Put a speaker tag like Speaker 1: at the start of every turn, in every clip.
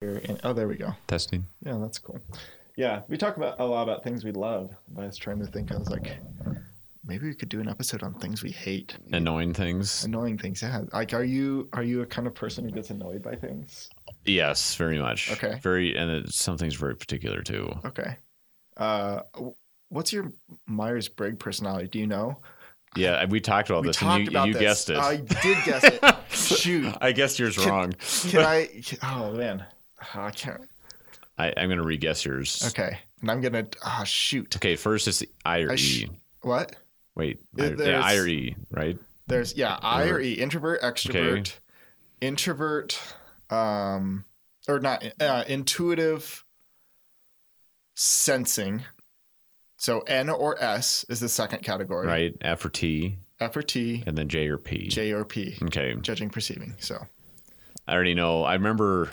Speaker 1: here. And oh, there we go.
Speaker 2: Testing.
Speaker 1: Yeah, that's cool. Yeah, we talk about a lot about things we love. But I was trying to think. I was like, maybe we could do an episode on things we hate,
Speaker 2: Annoying things.
Speaker 1: annoying things. Yeah, like are you are you a kind of person who gets annoyed by things?
Speaker 2: Yes, very much.
Speaker 1: Okay.
Speaker 2: Very, and it, something's very particular too.
Speaker 1: Okay. Uh, w- what's your Myers Briggs personality? Do you know?
Speaker 2: Yeah, and we talked about
Speaker 1: We
Speaker 2: this,
Speaker 1: talked
Speaker 2: and Oh, you,
Speaker 1: about
Speaker 2: you
Speaker 1: this.
Speaker 2: guessed it.
Speaker 1: I did guess it. Shoot.
Speaker 2: I guess yours wrong.
Speaker 1: Can I? Oh man, I can't.
Speaker 2: I, I'm gonna re-guess yours.
Speaker 1: Okay, and I'm gonna. Ah, shoot.
Speaker 2: Okay, first it's I or
Speaker 1: I sh-
Speaker 2: E.
Speaker 1: What?
Speaker 2: Wait, I,
Speaker 1: There-
Speaker 2: yeah, I
Speaker 1: there's-
Speaker 2: or E, right?
Speaker 1: There's yeah, I or E, introvert, extrovert,
Speaker 2: Okay.
Speaker 1: introvert, um, or not uh, intuitive, sensing. So N or S is the second category.
Speaker 2: Right, F or T,
Speaker 1: F or T,
Speaker 2: and E. Mm-hmm. then J or P.
Speaker 1: J or P,
Speaker 2: Okay,
Speaker 1: judging, perceiving. So
Speaker 2: I already know. I remember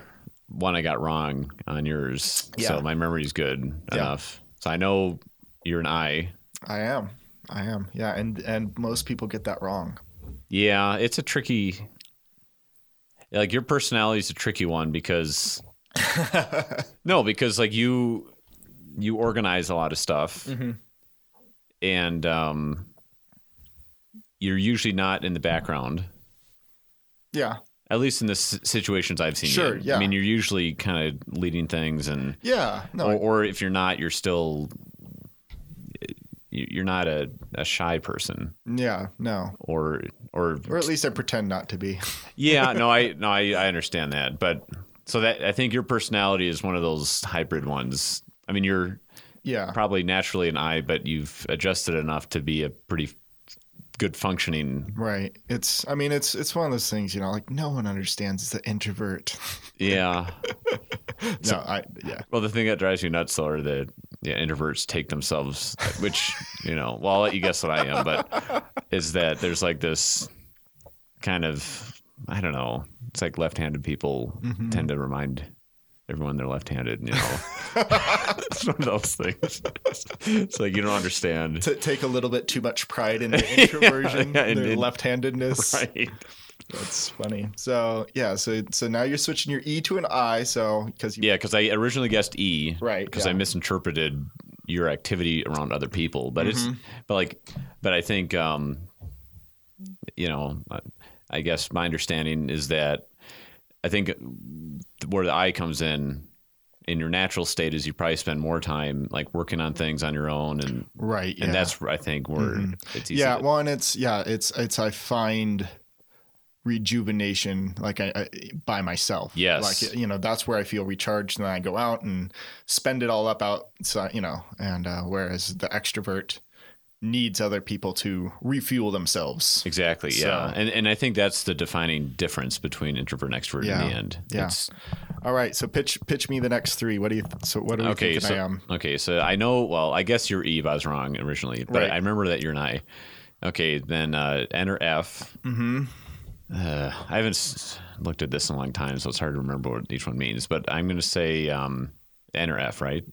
Speaker 2: one I got wrong on yours,
Speaker 1: Yeah.
Speaker 2: so my memory's good
Speaker 1: Yeah.
Speaker 2: enough. So I know you're an I.
Speaker 1: I am, I am, yeah, and and most people get that wrong.
Speaker 2: Yeah, it's a tricky. Like your personality is a tricky one because no, because like you you organize a lot of stuff,
Speaker 1: Mm-hmm.
Speaker 2: and um, you're usually not in the background.
Speaker 1: Yeah,
Speaker 2: At least in the s- situations I've seen. you
Speaker 1: Sure,
Speaker 2: in.
Speaker 1: yeah.
Speaker 2: I mean, you're usually kind of leading things, and
Speaker 1: yeah, no,
Speaker 2: or, or if you're not, you're still you- you're not a, a shy person,
Speaker 1: yeah, no,
Speaker 2: or or
Speaker 1: or at least I pretend not to be.
Speaker 2: Yeah, no, I no, I, I understand that, but so that I think your personality is one of those hybrid ones. I mean, you're
Speaker 1: Yeah,
Speaker 2: probably naturally an I, but you've adjusted enough to be a pretty good functioning.
Speaker 1: Right. It's I mean it's it's one of those things, you know, like no one understands the introvert.
Speaker 2: Yeah.
Speaker 1: no, I yeah.
Speaker 2: Well, the thing that drives you nuts though are the yeah, introverts take themselves, which you know. Well, I'll let you guess what I am, but is that there's like this kind of I don't know. It's like left-handed people tend to remind everyone they're left-handed. You know, it's one of those things. It's like you don't understand.
Speaker 1: To take a little bit too much pride in their introversion,
Speaker 2: yeah, and-
Speaker 1: their
Speaker 2: and-
Speaker 1: left-handedness.
Speaker 2: Right.
Speaker 1: That's funny. So, yeah, so so now you're switching your E to an I, so cuz you
Speaker 2: Yeah, because I originally guessed E.
Speaker 1: Right,
Speaker 2: Because
Speaker 1: yeah.
Speaker 2: I misinterpreted your activity around other people, but
Speaker 1: Mm-hmm.
Speaker 2: it's but like but I think um you know I- I guess my understanding is that I think where the I comes in in your natural state is you probably spend more time like working on things on your own and
Speaker 1: right, yeah. Mm-hmm.
Speaker 2: and that's where I think where it's easy
Speaker 1: yeah,
Speaker 2: to-
Speaker 1: well, and it's yeah, it's it's I find rejuvenation like I, I by myself.
Speaker 2: Yes.
Speaker 1: like you know that's where I feel recharged, and then I go out and spend it all up outside, you know. And uh, whereas the extrovert needs other people to refuel themselves.
Speaker 2: Exactly. Yeah.
Speaker 1: So-
Speaker 2: And and I think that's the defining difference between introvert and extrovert
Speaker 1: Yeah,
Speaker 2: in the end.
Speaker 1: yeah.
Speaker 2: It's-
Speaker 1: All right, so pitch pitch me the next three. What do you th- so what are we
Speaker 2: okay,
Speaker 1: thinking
Speaker 2: so,
Speaker 1: I am?
Speaker 2: Okay, so I know. Well, I guess you're Eve. I was wrong originally, but
Speaker 1: Right.
Speaker 2: I remember that you're an I. Okay, then uh, N or F. Mm-hmm. Uh, I haven't s- looked at this in a long time, so it's hard to remember what each one means. But I'm going to say um, N or F, right?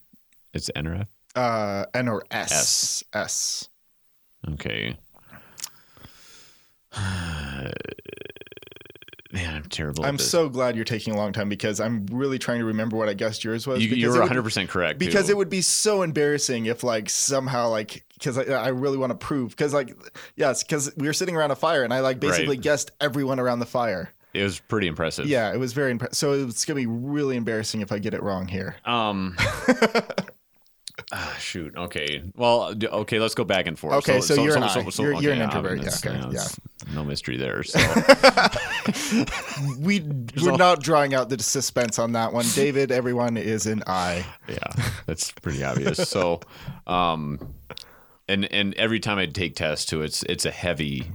Speaker 2: It's N or F.
Speaker 1: Uh, N or S S.
Speaker 2: Okay. Man, I'm terrible.
Speaker 1: I'm
Speaker 2: at this.
Speaker 1: so glad you're taking a long time because I'm really trying to remember what I guessed yours was.
Speaker 2: You,
Speaker 1: because
Speaker 2: you
Speaker 1: it
Speaker 2: were
Speaker 1: would-
Speaker 2: 100 percent correct
Speaker 1: because
Speaker 2: too.
Speaker 1: it would be so embarrassing if like somehow like because I, I really want to prove because like yes because we were sitting around a fire and I like basically
Speaker 2: Right.
Speaker 1: guessed everyone around the fire.
Speaker 2: it was pretty impressive.
Speaker 1: Yeah, it was very impressive. So it's gonna be really embarrassing if I get it wrong here.
Speaker 2: Um. ah, shoot. Okay. Well. d- Okay. Let's go back and forth.
Speaker 1: Okay, so you're an I. You're- you're an
Speaker 2: I mean,
Speaker 1: introvert. Yeah,
Speaker 2: it's-
Speaker 1: okay,
Speaker 2: it's No mystery there. So
Speaker 1: We we're not drawing out the suspense on that one. David, everyone is an I.
Speaker 2: yeah, that's pretty obvious. So, um, and and every time I take tests too, it's it's a heavy.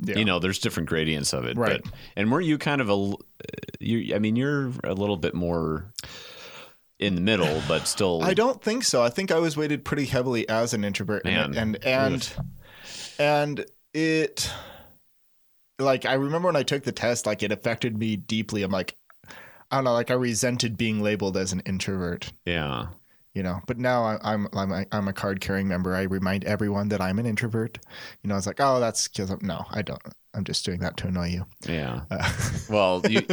Speaker 1: Yeah.
Speaker 2: You know, there's different gradients of it.
Speaker 1: Right.
Speaker 2: But, and weren't you kind of a l- you? I mean, you're a little bit more in the middle, but still.
Speaker 1: I don't think so. I think I was weighted pretty heavily as an introvert, and
Speaker 2: Man.
Speaker 1: and and, and it like I remember when I took the test, like it affected me deeply. I'm like, I don't know, like I resented being labeled as an introvert,
Speaker 2: Yeah.
Speaker 1: you know. But now I, I'm I'm a, I'm a card carrying member. I remind everyone that I'm an introvert. You know, I was like, oh, that's because I'm no, I don't. I'm just doing that to annoy you.
Speaker 2: Yeah. well, you,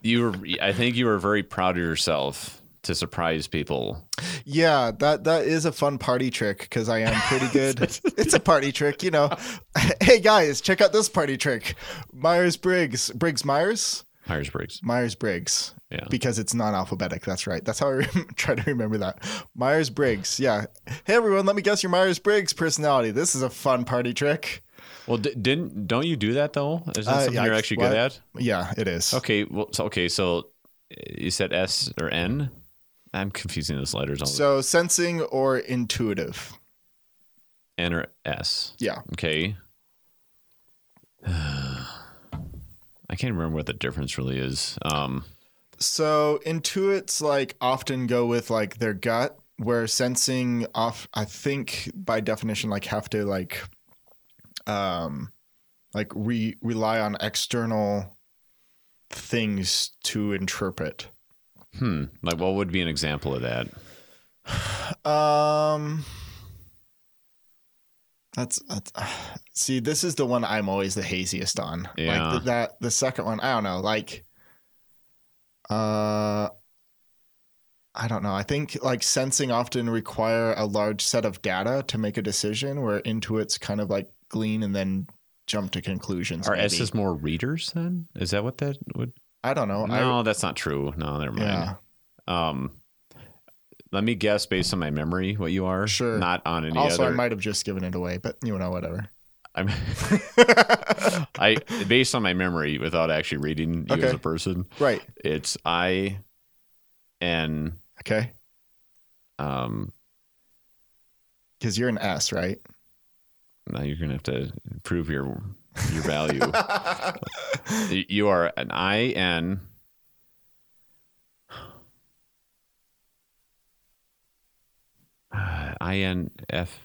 Speaker 2: you were I think you were very proud of yourself to surprise people.
Speaker 1: Yeah, that that is a fun party trick because I am pretty good. it's a party trick, you know. hey guys, check out this party trick. Myers Briggs, Briggs Myers,
Speaker 2: Myers Briggs.
Speaker 1: Myers Briggs.
Speaker 2: Yeah.
Speaker 1: Because it's non-alphabetic. That's right. That's how I rem- try to remember that. Myers Briggs. Yeah. Hey everyone, let me guess your Myers Briggs personality. This is a fun party trick.
Speaker 2: Well, d- didn't don't you do that though? Is that
Speaker 1: Uh,
Speaker 2: something
Speaker 1: yeah,
Speaker 2: you're actually
Speaker 1: what?
Speaker 2: good at?
Speaker 1: Yeah, it is.
Speaker 2: Okay. Well, so, okay. So uh, you said S or N? I'm confusing those letters. All
Speaker 1: So sensing or intuitive.
Speaker 2: N or S?
Speaker 1: Yeah.
Speaker 2: Okay. I can't remember what the difference really is. Um,
Speaker 1: So intuits like often go with like their gut, where sensing off I think by definition like have to like um like re rely on external things to interpret.
Speaker 2: hmm. Like, what would be an example of that?
Speaker 1: Um that's, that's see this is the one I'm always the haziest on.
Speaker 2: Yeah.
Speaker 1: Like th- that the second one, I don't know, like uh I don't know. I think like sensing often require a large set of data to make a decision where intuits kind of like glean and then jump to conclusions.
Speaker 2: Are
Speaker 1: maybe.
Speaker 2: S's more readers then? Is that what that would?
Speaker 1: I don't know. I,
Speaker 2: No, that's not true. No, never mind.
Speaker 1: yeah.
Speaker 2: Um, let me guess based on my memory what you are.
Speaker 1: Sure.
Speaker 2: Not on any
Speaker 1: Also, I
Speaker 2: other.
Speaker 1: might have just given it away, but you know, whatever.
Speaker 2: I'm, I based on my memory without actually reading you
Speaker 1: Okay.
Speaker 2: as a person.
Speaker 1: right.
Speaker 2: It's I, N,
Speaker 1: Okay.
Speaker 2: um,
Speaker 1: Because you're an S, right?
Speaker 2: now you're gonna have to prove your your value. Y- you are an I N. Uh, I N F.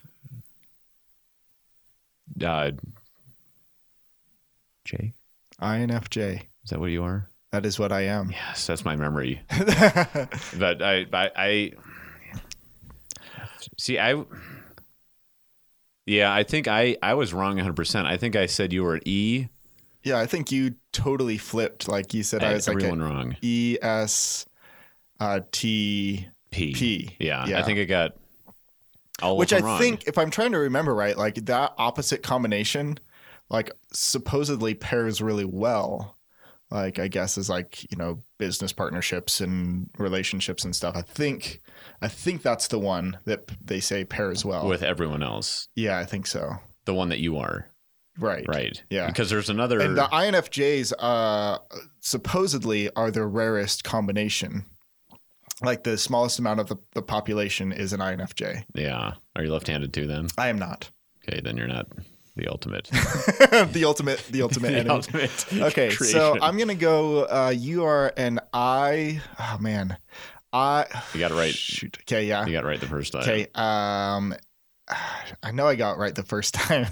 Speaker 2: Uh, J.
Speaker 1: INFJ.
Speaker 2: Is that what you are?
Speaker 1: That is what I am.
Speaker 2: Yes, that's my memory. but I, I, I see. I, yeah, I think I, I was wrong 100. percent I think I said you were an E.
Speaker 1: yeah, I think you totally flipped. Like you said,
Speaker 2: I
Speaker 1: I
Speaker 2: had
Speaker 1: was like
Speaker 2: everyone
Speaker 1: a
Speaker 2: wrong.
Speaker 1: E S uh, T
Speaker 2: P.
Speaker 1: P.
Speaker 2: Yeah, I
Speaker 1: Yeah.
Speaker 2: think I got all
Speaker 1: which
Speaker 2: of
Speaker 1: I
Speaker 2: them wrong.
Speaker 1: think, if I'm trying to remember right, like that opposite combination, like supposedly pairs really well. Like I guess is like you know business partnerships and relationships and stuff. I think, I think that's the one that p- they say pairs well.
Speaker 2: with everyone else,
Speaker 1: yeah, I think so.
Speaker 2: the one that you are,
Speaker 1: Right.
Speaker 2: right?
Speaker 1: Yeah.
Speaker 2: because there's another.
Speaker 1: And the INFJs uh, supposedly are the rarest combination. Like the smallest amount of the, the population is an INFJ.
Speaker 2: yeah, are you left-handed too? Then
Speaker 1: I am not.
Speaker 2: okay, then you're not the ultimate.
Speaker 1: the ultimate, the ultimate
Speaker 2: the
Speaker 1: enemy.
Speaker 2: ultimate.
Speaker 1: Okay, so
Speaker 2: creation.
Speaker 1: I'm gonna go. Uh, you are an I. Oh man, I.
Speaker 2: you got it right.
Speaker 1: Shoot. Okay, yeah.
Speaker 2: You got it right the first time.
Speaker 1: Okay. Um, I know I got it right the first time.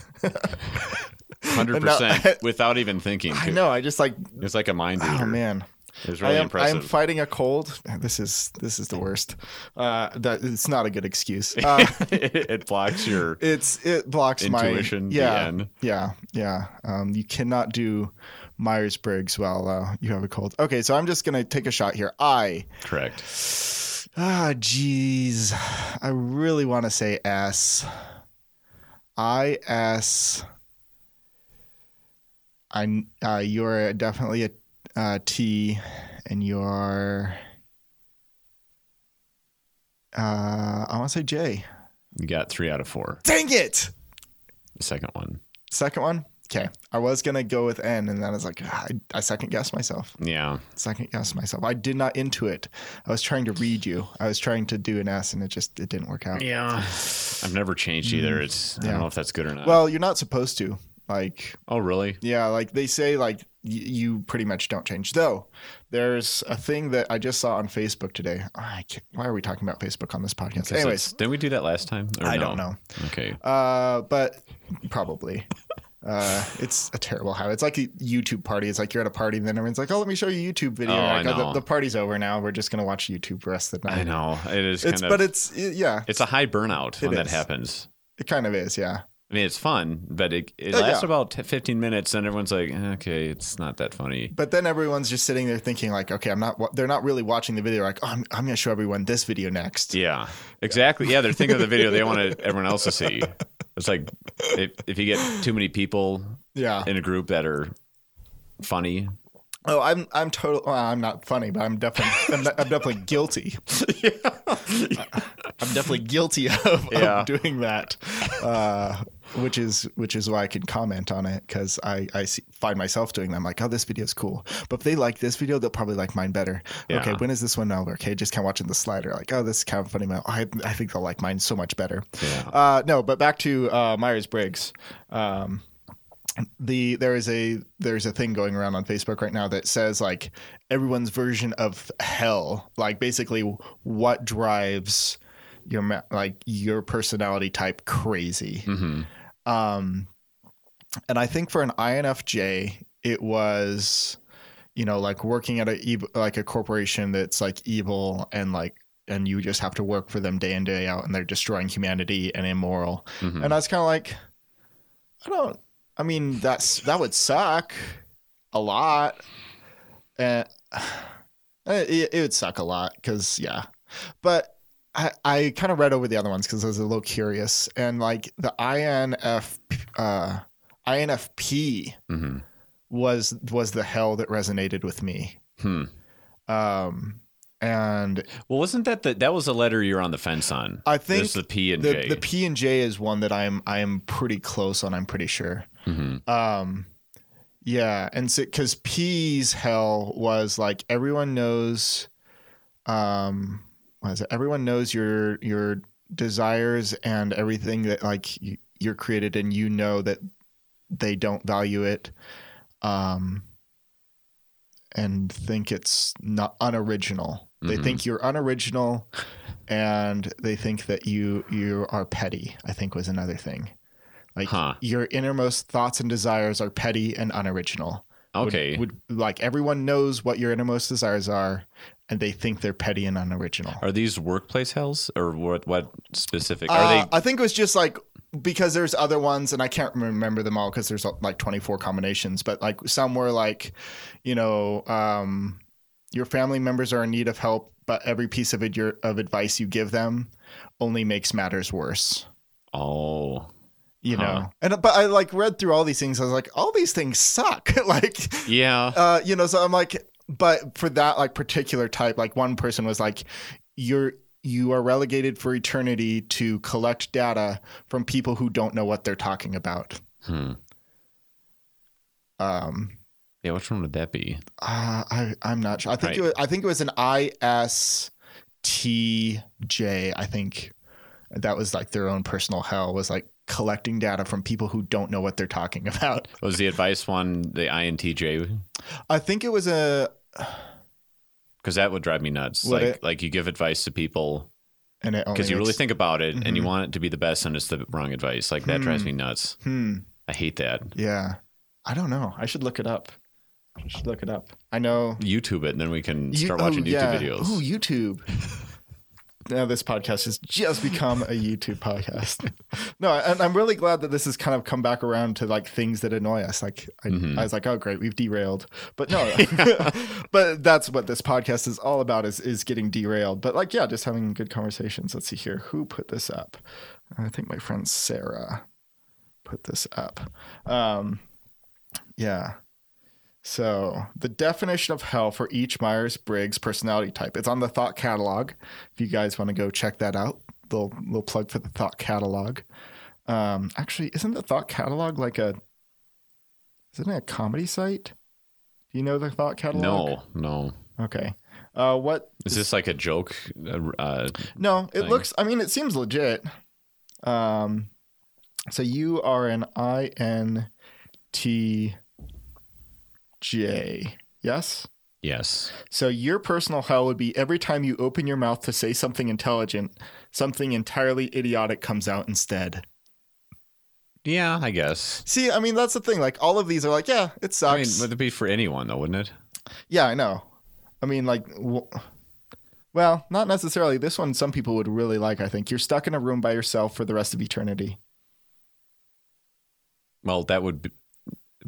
Speaker 2: hundred
Speaker 1: No,
Speaker 2: percent without even thinking.
Speaker 1: I know. I just like.
Speaker 2: It's like a mind reader.
Speaker 1: Oh man.
Speaker 2: It's really
Speaker 1: I am,
Speaker 2: impressive. Mm.
Speaker 1: I am fighting a cold. This is this is the worst. Uh, that it's not a good excuse. Uh,
Speaker 2: it blocks your
Speaker 1: it's it blocks
Speaker 2: intuition.
Speaker 1: my yeah
Speaker 2: DN.
Speaker 1: yeah yeah. Um, you cannot do Myers Briggs while uh, you have a cold. Okay, so I'm just gonna take a shot here. I
Speaker 2: Correct.
Speaker 1: ah jeez, I really want to say S. I S. I uh, you're definitely a uh, T, and you're. Uh, I want to say J.
Speaker 2: You got three out of four.
Speaker 1: Dang it!
Speaker 2: The second one.
Speaker 1: Second one. Okay, I was gonna go with N, and then I was like, ah, I, I second guessed myself.
Speaker 2: Yeah.
Speaker 1: Second guessed myself. I did not into it. I was trying to read you. I was trying to do an S, and it just it didn't work out.
Speaker 2: Yeah. I've never changed either. It's I
Speaker 1: Mm. Yeah.
Speaker 2: don't know if that's good or not.
Speaker 1: Well, you're not supposed to. Like,
Speaker 2: oh really?
Speaker 1: yeah, like they say, like y- you pretty much don't change. Though, there's a thing that I just saw on Facebook today. I can't, why are we talking about Facebook on this podcast?
Speaker 2: 'Cause
Speaker 1: Anyways,
Speaker 2: that's- didn't we do that last time? Or
Speaker 1: I
Speaker 2: no?
Speaker 1: don't know.
Speaker 2: Okay.
Speaker 1: Uh, but probably. Uh, it's a terrible habit. It's like a YouTube party. It's like you're at a party and then everyone's like, "Oh, let me show you a YouTube video."
Speaker 2: Oh, I
Speaker 1: like, "Oh,
Speaker 2: know.
Speaker 1: the, the party's over now. We're just gonna watch YouTube for the rest of the night.
Speaker 2: I know. It is
Speaker 1: It's
Speaker 2: kind of
Speaker 1: but it's yeah,
Speaker 2: it's a high burnout
Speaker 1: It
Speaker 2: when that
Speaker 1: is.
Speaker 2: happens.
Speaker 1: it kind of is. Yeah.
Speaker 2: I mean, it's fun, but it, it
Speaker 1: Oh, Yeah,
Speaker 2: lasts
Speaker 1: yeah.
Speaker 2: about t- 15 minutes, and everyone's like, okay, it's not that funny.
Speaker 1: But then everyone's just sitting there thinking like, okay, I'm not. wa- They're not really watching the video. Like, oh, I'm, I'm gonna show everyone this video next.
Speaker 2: Yeah, exactly. Yeah, they're thinking of the video they want to- everyone else to see. It's like if, if you get too many people
Speaker 1: Yeah.
Speaker 2: in a group that are funny.
Speaker 1: Oh, I'm I'm total. Well, I'm not funny, but I'm definitely I'm, de- I'm definitely guilty. I'm definitely guilty of,
Speaker 2: Yeah.
Speaker 1: of doing that, uh, which is which is why I can comment on it because I I see, find myself doing them like, oh, this video's cool, but if they like this video, they'll probably like mine better. Okay,
Speaker 2: Yeah.
Speaker 1: when is this one over? Okay, just kind of watching the slider, like, oh, this is kind of funny. Man. I I think they'll like mine so much better.
Speaker 2: Yeah.
Speaker 1: Uh, no, but back to uh, Myers Briggs. Um, the there is a there's a thing going around on Facebook right now that says like everyone's version of hell, like basically what drives your ma- like your personality type crazy.
Speaker 2: hmm
Speaker 1: Um, and I think for an INFJ, it was, you know, like working at a ev- like a corporation that's like evil and like and you just have to work for them day in day out and they're destroying humanity and immoral.
Speaker 2: hmm
Speaker 1: And I was kind of like, I don't. I mean, that's that would suck a lot. Uh, it, it would suck a lot because yeah, but I I kind of read over the other ones because I was a little curious and like the INF uh, INFP
Speaker 2: hmm
Speaker 1: was was the hell that resonated with me.
Speaker 2: Hmm.
Speaker 1: Um, and
Speaker 2: Well, wasn't that the that was the letter you're on the fence on?
Speaker 1: I think
Speaker 2: There's the P and
Speaker 1: the
Speaker 2: J.
Speaker 1: the P and J is one that I'm I am pretty close on. I'm pretty sure.
Speaker 2: Mhm.
Speaker 1: Um, yeah, and so because P's hell was like everyone knows, um, what is it? Everyone knows your your desires and everything that like you, you're created, and you know that they don't value it, um, and think it's not unoriginal. They
Speaker 2: Mhm.
Speaker 1: think you're unoriginal, and they think that you you are petty. I think was another thing. Like
Speaker 2: Huh.
Speaker 1: your innermost thoughts and desires are petty and unoriginal. Would-
Speaker 2: Okay.
Speaker 1: Would, like everyone knows what your innermost desires are, and they think they're petty and unoriginal.
Speaker 2: are these workplace hells or what? What specific? Are
Speaker 1: Uh,
Speaker 2: they?
Speaker 1: I think it was just like because there's other ones, and I can't remember them all because there's like 24 combinations. But like some were like, you know, um, your family members are in need of help, but every piece of ad- your, of advice you give them only makes matters worse.
Speaker 2: Oh,
Speaker 1: You know,
Speaker 2: Huh.
Speaker 1: and but I like read through all these things. I was like, all these things suck. like
Speaker 2: yeah.
Speaker 1: uh, you know, so I'm like, but for that like particular type, like one person was like, you're you are relegated for eternity to collect data from people who don't know what they're talking about.
Speaker 2: Hmm.
Speaker 1: Um,
Speaker 2: Yeah. Which one would that be?
Speaker 1: uh, I I'm not sure. I think
Speaker 2: Right.
Speaker 1: it was, I think it was an ISTJ. I think that was like their own personal hell was like collecting data from people who don't know what they're talking about.
Speaker 2: Was the advice one the INTJ?
Speaker 1: I think it was a
Speaker 2: Because that would drive me nuts.
Speaker 1: Would
Speaker 2: like,
Speaker 1: it?
Speaker 2: like you give advice to people
Speaker 1: and it only
Speaker 2: because you really
Speaker 1: makes-
Speaker 2: think about it and you
Speaker 1: Mhm.
Speaker 2: want it to be the best, and it's the wrong advice. Like that drives me nuts.
Speaker 1: hmm.
Speaker 2: I hate that.
Speaker 1: Yeah. I don't know. I should look it up. I should look it up. I know.
Speaker 2: YouTube it, and then we can
Speaker 1: You-
Speaker 2: start
Speaker 1: oh,
Speaker 2: watching YouTube
Speaker 1: yeah.
Speaker 2: videos.
Speaker 1: Ooh, YouTube. now this podcast has just become a YouTube podcast. no, and I'm really glad that this has kind of come back around to like things that annoy us. Like I,
Speaker 2: Mhm.
Speaker 1: I was like, oh great, we've derailed. But no, but that's what this podcast is all about is is getting derailed. But like, yeah, just having good conversations. Let's see here. Who put this up? I think my friend Sarah put this up. Um, yeah. So the definition of hell for each Myers Briggs personality type. It's on the Thought Catalog. If you guys want to go check that out, little little plug for the Thought Catalog. Um, actually, isn't the Thought Catalog like a isn't it a comedy site? Do you know the Thought Catalog?
Speaker 2: No, no.
Speaker 1: Okay. Uh, what?
Speaker 2: Is this like a joke? Uh, uh,
Speaker 1: No, it
Speaker 2: thing?
Speaker 1: looks. I mean, it seems legit. Um, so you are an INTJ. Yes.
Speaker 2: yes.
Speaker 1: So your personal hell would be every time you open your mouth to say something intelligent, something entirely idiotic comes out instead.
Speaker 2: Yeah, I guess.
Speaker 1: See, I mean, that's the thing. Like all of these are like, yeah, it
Speaker 2: I mean,
Speaker 1: sucks.
Speaker 2: would it be for anyone though, wouldn't it?
Speaker 1: yeah, I know. I mean, like, w- well, not necessarily. This one, some people would really like. I think you're stuck in a room by yourself for the rest of eternity.
Speaker 2: Well, that would be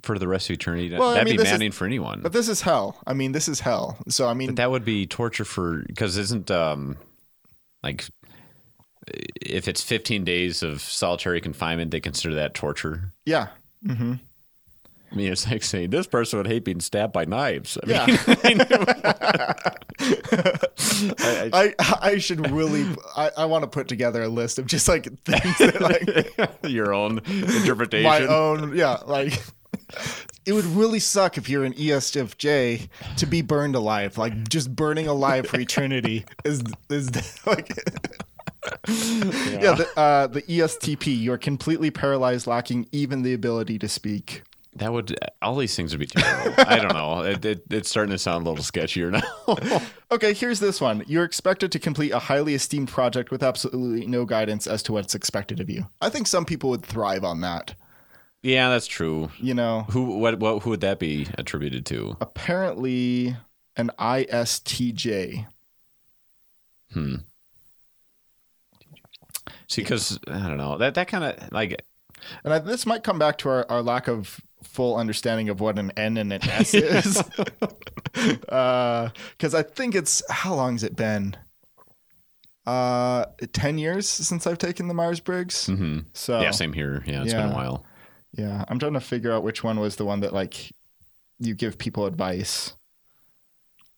Speaker 2: for the rest of eternity.
Speaker 1: Well, I
Speaker 2: that'd
Speaker 1: mean,
Speaker 2: be
Speaker 1: this is-
Speaker 2: maddening for anyone.
Speaker 1: But
Speaker 2: But,
Speaker 1: this is hell. I mean, this is hell. So I mean,
Speaker 2: that would be torture for because isn't um like if it's 15 days of solitary confinement, they consider that torture.
Speaker 1: yeah, Mm-hmm.
Speaker 2: I mean, it's like saying this person would hate being stabbed by knives. I
Speaker 1: Yeah.
Speaker 2: mean, I-
Speaker 1: I I should really I, I want to put together a list of just like things that like
Speaker 2: your own
Speaker 1: my
Speaker 2: interpretation.
Speaker 1: own yeah like. It would really suck if you're an E ESFJ to be burned alive, like just burning alive for eternity. Is is like yeah, the, uh, the ESTP? You're completely paralyzed, lacking even the ability to speak.
Speaker 2: That would all these things would be terrible. I don't know. It, it, it's starting to sound a little sketchier now.
Speaker 1: Okay, here's this one. You're expected to complete a highly esteemed project with absolutely no guidance as to what's expected of you. I think some people would thrive on that.
Speaker 2: yeah, that's true.
Speaker 1: You know,
Speaker 2: Who what, what who would that be attributed to?
Speaker 1: apparently an ISTJ.
Speaker 2: Hmm. See, because I don't know that that kind of like
Speaker 1: And I, this might come back to our, our lack of full understanding of what an N and an S is. Because I think it's, how long has it been? Uh, 10 years since I've taken the Myers Briggs.
Speaker 2: mhm.
Speaker 1: So,
Speaker 2: yeah, same here. Yeah, it's been
Speaker 1: Oh. Yeah.
Speaker 2: a while.
Speaker 1: Yeah, I'm trying to figure out which one was the one that like you give people advice.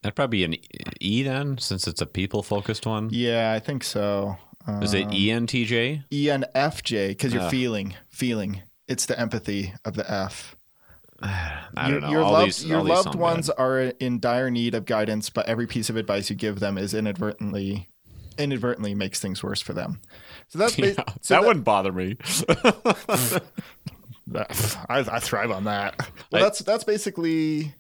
Speaker 2: That'd probably be an E then, since it's a people focused one.
Speaker 1: Yeah, I think so. E Uh,
Speaker 2: Hmm. Is it E ENTJ?
Speaker 1: ENFJ? Because you're
Speaker 2: Ah.
Speaker 1: feeling, feeling. It's the empathy of the F.
Speaker 2: I
Speaker 1: Your-
Speaker 2: don't know.
Speaker 1: Your
Speaker 2: all
Speaker 1: loved,
Speaker 2: these,
Speaker 1: your
Speaker 2: all these
Speaker 1: loved
Speaker 2: sound
Speaker 1: ones
Speaker 2: bad.
Speaker 1: are in dire need of guidance, but every piece of advice you give them is inadvertently, inadvertently makes things worse for them. So that's
Speaker 2: Yeah,
Speaker 1: ba-
Speaker 2: that,
Speaker 1: so
Speaker 2: wouldn't bother me.
Speaker 1: That- I, I thrive on that. Well,
Speaker 2: I-
Speaker 1: that's that's basically.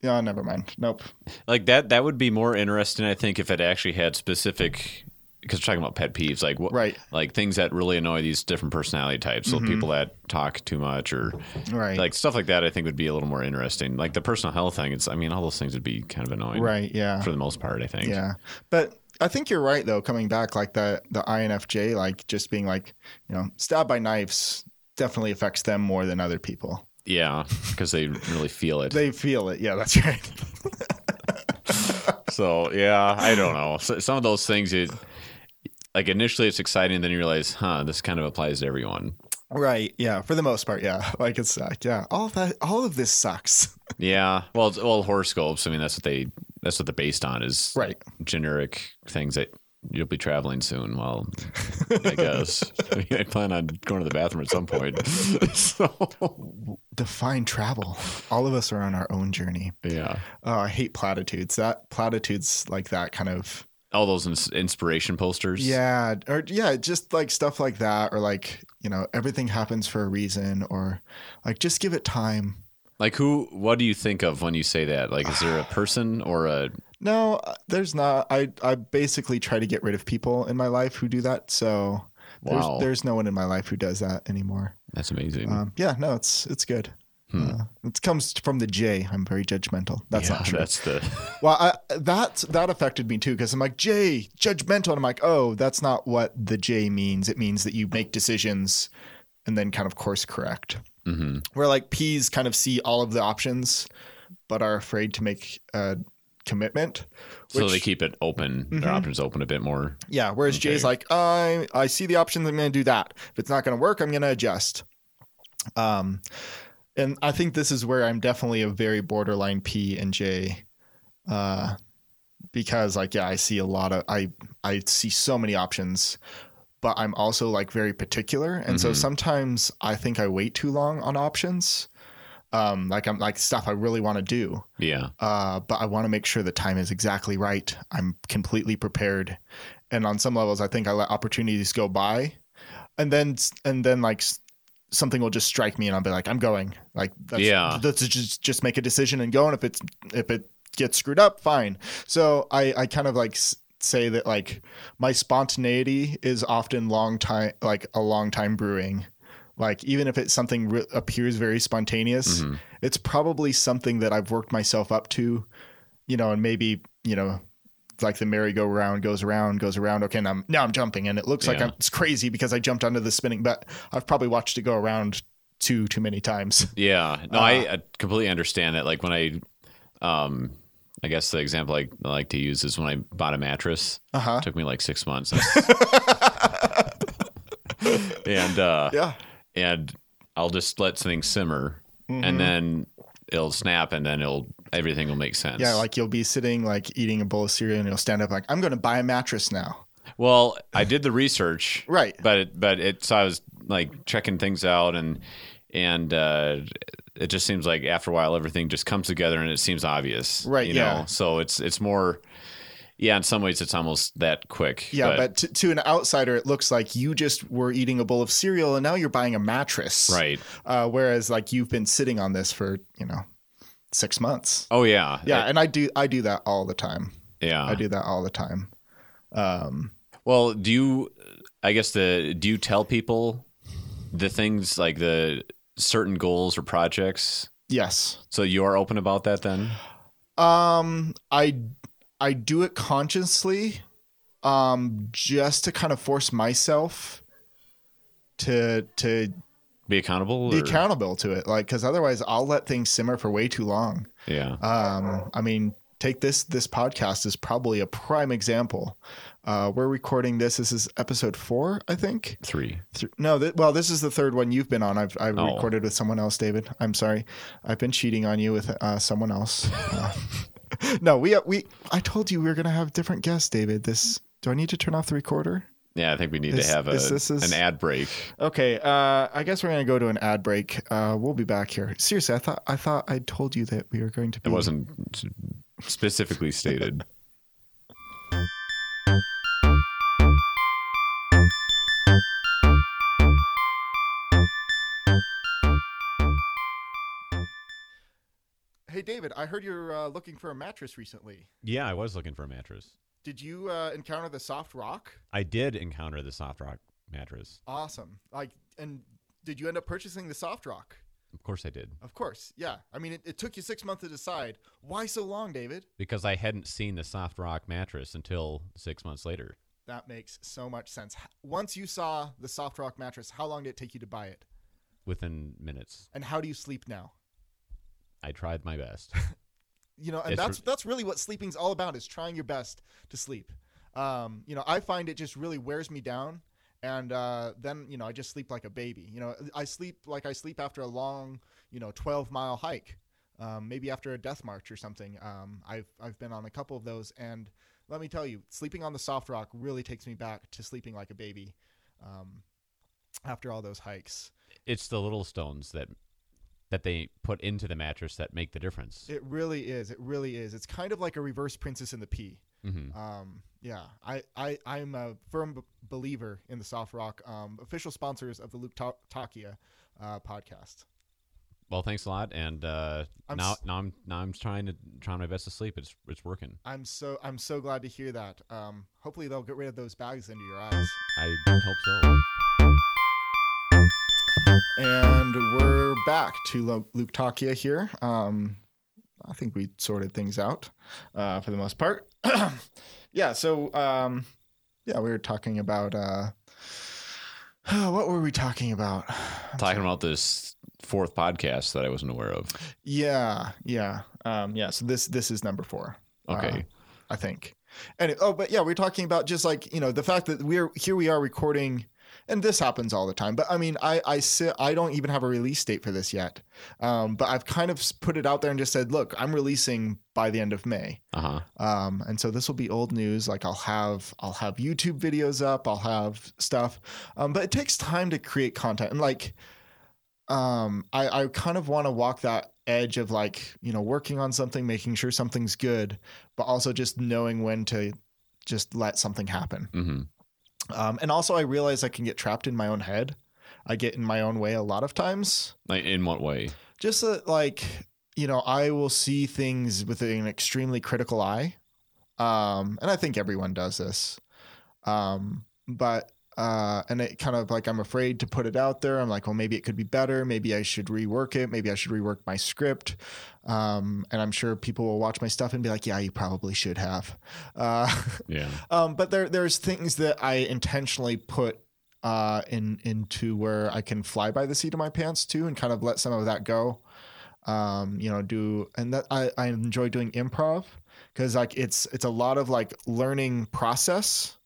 Speaker 1: Yeah, never mind. Nope.
Speaker 2: like that that would be more interesting i think if it actually had specific because we're talking about pet peeves like what
Speaker 1: Right.
Speaker 2: like things that really annoy these different personality types so people that talk too much or
Speaker 1: Mm-hmm. Right.
Speaker 2: like stuff like that i think would be a little more interesting like the personal health thing it's i mean all those things would be kind of annoying
Speaker 1: right. Yeah.
Speaker 2: for the most part i think
Speaker 1: Yeah. But I think you're right though, coming back like the the INFJ, like just being like, you know, stabbed by knives definitely affects them more than other people.
Speaker 2: yeah because they really feel it
Speaker 1: They feel it. Yeah, that's right.
Speaker 2: so yeah i don't know so, some of those things it like initially it's exciting then you realize huh this kind of applies to everyone
Speaker 1: right. Yeah. For the most part, yeah. Like it sucked. Yeah. All of that all of this sucks.
Speaker 2: yeah well it's all horoscopes i mean that's what they that's what they're based on is
Speaker 1: Right.
Speaker 2: generic things that you'll be traveling soon. Well, I guess I, mean, I plan on going to the bathroom at some point. so
Speaker 1: Define travel. All of us are on our own journey.
Speaker 2: yeah,
Speaker 1: Oh, I hate platitudes. That platitudes like that kind of
Speaker 2: all those ins- inspiration posters.
Speaker 1: Yeah, or yeah, just like stuff like that, or like you know, everything happens for a reason, or like just give it time.
Speaker 2: Like who? What do you think of when you say that? Like, is there a person or a?
Speaker 1: No, uh, there's not. I I basically try to get rid of people in my life who do that. So
Speaker 2: Wow.
Speaker 1: there's there's no one in my life who does that anymore.
Speaker 2: That's amazing.
Speaker 1: Um, yeah, no, it's it's good. Uh, it comes from the J. I'm very judgmental. That's
Speaker 2: Hmm. Yeah,
Speaker 1: not true.
Speaker 2: That's the.
Speaker 1: Well, I, that that affected me too because I'm like J judgmental, and I'm like, oh, that's not what the J means. It means that you make decisions and then kind of course correct.
Speaker 2: Mhm.
Speaker 1: Where like P's kind of see all of the options, but are afraid to make a commitment.
Speaker 2: so
Speaker 1: which- Mm-hmm.
Speaker 2: they keep it open. Their options open a bit more.
Speaker 1: yeah. Whereas Jay's like, I I see the options. I'm going to do that. If it's not going to work, I'm going to adjust. Um, and I think this is where I'm definitely a very borderline P and J, uh, because like yeah, I see a lot of I I see so many options, but I'm also like very particular, and so sometimes I think I wait too long on options. Um, like I'm like stuff I really want to do
Speaker 2: Yeah.
Speaker 1: uh, but I want to make sure the time is exactly right. I'm completely prepared, and on some levels, I think I let opportunities go by, and then and then like s- something will just strike me, and I'll be like, I'm going. Like, that's,
Speaker 2: Yeah.
Speaker 1: let's just just make a decision and go. And if it's if it gets screwed up, fine. So I I kind of like. S- say that like my spontaneity is often long time like a long time brewing like even if it's something re- appears very spontaneous
Speaker 2: Mm-hmm.
Speaker 1: it's probably something that I've worked myself up to, you know, and maybe, you know, like the merry-go-round goes around, goes around. Okay, now I'm now I'm jumping, and it looks like
Speaker 2: Yeah.
Speaker 1: I'm, it's crazy because I jumped onto the spinning. But I've probably watched it go around too too many times.
Speaker 2: Yeah. No,
Speaker 1: Uh,
Speaker 2: I, I completely understand that. Like when I, um, I guess the example I I like to use is when I bought a mattress.
Speaker 1: Uh huh.
Speaker 2: It took me like six months. and uh,
Speaker 1: Yeah.
Speaker 2: and I'll just let things simmer,
Speaker 1: Mm-hmm.
Speaker 2: and then it'll snap, and then it'll everything will make sense.
Speaker 1: Yeah, like you'll be sitting like eating a bowl of cereal, and you'll stand up like I'm going to buy a mattress now.
Speaker 2: well, I did the research,
Speaker 1: Right.
Speaker 2: but it, but it so I was like checking things out and and uh, it just seems like after a while everything just comes together and it seems obvious,
Speaker 1: Right,
Speaker 2: You
Speaker 1: yeah.
Speaker 2: know, so it's it's more, yeah. In some ways, it's almost that quick.
Speaker 1: Yeah, but, to, to an outsider, it looks like you just were eating a bowl of cereal, and now you're buying a mattress.
Speaker 2: right.
Speaker 1: Uh, whereas like you've been sitting on this for you know six months.
Speaker 2: Oh yeah,
Speaker 1: Yeah, and I do I do that all the time.
Speaker 2: yeah.
Speaker 1: I do that all the time. Um,
Speaker 2: Well, do you? I guess the do you tell people the things like the certain goals or projects?
Speaker 1: yes.
Speaker 2: So you are open about that then?
Speaker 1: Um, I I do it consciously, um, just to kind of force myself to to
Speaker 2: Be accountable.
Speaker 1: be
Speaker 2: or-
Speaker 1: accountable to it, like because otherwise I'll let things simmer for way too long.
Speaker 2: Yeah.
Speaker 1: Um, I mean, take this. This podcast is probably a prime example. Uh, we're recording this. This is episode four, I think.
Speaker 2: Three.
Speaker 1: Th- no, th- well, this is the third one you've been on. I've I've
Speaker 2: Oh.
Speaker 1: recorded with someone else, David. I'm sorry, I've been cheating on you with uh, someone else. Uh, no, we we. I told you we were gonna have different guests, David. This. Do I need to turn off the recorder?
Speaker 2: Yeah, I think we need
Speaker 1: Is-
Speaker 2: to have a,
Speaker 1: is this is-
Speaker 2: an ad break.
Speaker 1: Okay, uh, I guess we're gonna go to an ad break. Uh, we'll be back here. Seriously, I thought I thought I told you that we were going to. Be
Speaker 2: It wasn't specifically stated.
Speaker 1: Hey, David, I heard you're uh, looking for a mattress recently.
Speaker 2: Yeah, I was looking for a mattress.
Speaker 1: Did you uh, encounter the soft rock?
Speaker 2: I did encounter the soft rock mattress.
Speaker 1: Awesome. Like, and did you end up purchasing the soft rock?
Speaker 2: Of course I did.
Speaker 1: Of course, yeah. I mean, it, it took you six months to decide. Why so long, David?
Speaker 2: Because I hadn't seen the soft rock mattress until six months later.
Speaker 1: That makes so much sense. H- Once you saw the soft rock mattress, how long did it take you to buy it?
Speaker 2: Within minutes.
Speaker 1: And how do you sleep now?
Speaker 2: I tried my best.
Speaker 1: You know, and
Speaker 2: It's
Speaker 1: that's
Speaker 2: re-
Speaker 1: that's really what sleeping's all about is trying your best to sleep. Um, you know, I find it just really wears me down, and uh, then you know I just sleep like a baby. You know, I sleep like I sleep after a long, you know, twelve mile hike, um, maybe after a death march or something. Um, I've I've been on a couple of those, and let me tell you, sleeping on the soft rock really takes me back to sleeping like a baby, um, after all those hikes.
Speaker 2: it's the little stones that that they put into the mattress that make the difference.
Speaker 1: It really is. It really is. It's kind of like a reverse Princess and the Pea.
Speaker 2: hmm
Speaker 1: Um, yeah, I, I, I'm a firm b- believer in the soft rock. Um, official sponsors of the Luke Ta- Takia uh, podcast.
Speaker 2: Well, thanks a lot, and uh,
Speaker 1: I'm
Speaker 2: now
Speaker 1: s-
Speaker 2: now I'm now I'm trying to trying my best to sleep. It's it's working.
Speaker 1: I'm so, I'm so glad to hear that. Um, hopefully they'll get rid of those bags under your eyes.
Speaker 2: I hope so.
Speaker 1: And we're back to Lu- Luke Takia here. Um, I think we sorted things out uh, for the most part. yeah, so um, yeah, we were talking about uh, what were we talking about?
Speaker 2: Talking about this fourth podcast that I wasn't aware of.
Speaker 1: Yeah, yeah, um, yeah. So this this is number four.
Speaker 2: Okay.
Speaker 1: uh, I think. And oh, but yeah, we're talking about just like you know the fact that we're here. We are recording, and this happens all the time. But I mean, I I sit. I don't even have a release date for this yet. Um, but I've kind of s- put it out there and just said, look, I'm releasing by the end of May.
Speaker 2: Uh huh.
Speaker 1: Um, and so this will be old news. Like I'll have I'll have YouTube videos up. I'll have stuff. Um, but it takes time to create content. And like, um, I I kind of want to walk that edge of like you know working on something, making sure something's good, but also just knowing when to just let something happen.
Speaker 2: hmm
Speaker 1: Um, and also I realize I can get trapped in my own head. I get in my own way a lot of times
Speaker 2: Like, in what way?
Speaker 1: just that like you know i will see things with an extremely critical eye um and i think everyone does this um but uh, and it kind of like I'm afraid to put it out there. I'm like, well, maybe it could be better. Maybe I should rework it. Maybe I should rework my script. Um, and I'm sure people will watch my stuff and be like, yeah, you probably should have. Uh,
Speaker 2: Yeah.
Speaker 1: um, but there there's things that I intentionally put uh, in into where I can fly by the seat of my pants too, and kind of let some of that go. Um, you know, do and that I, I enjoy doing improv because like it's it's a lot of like learning process.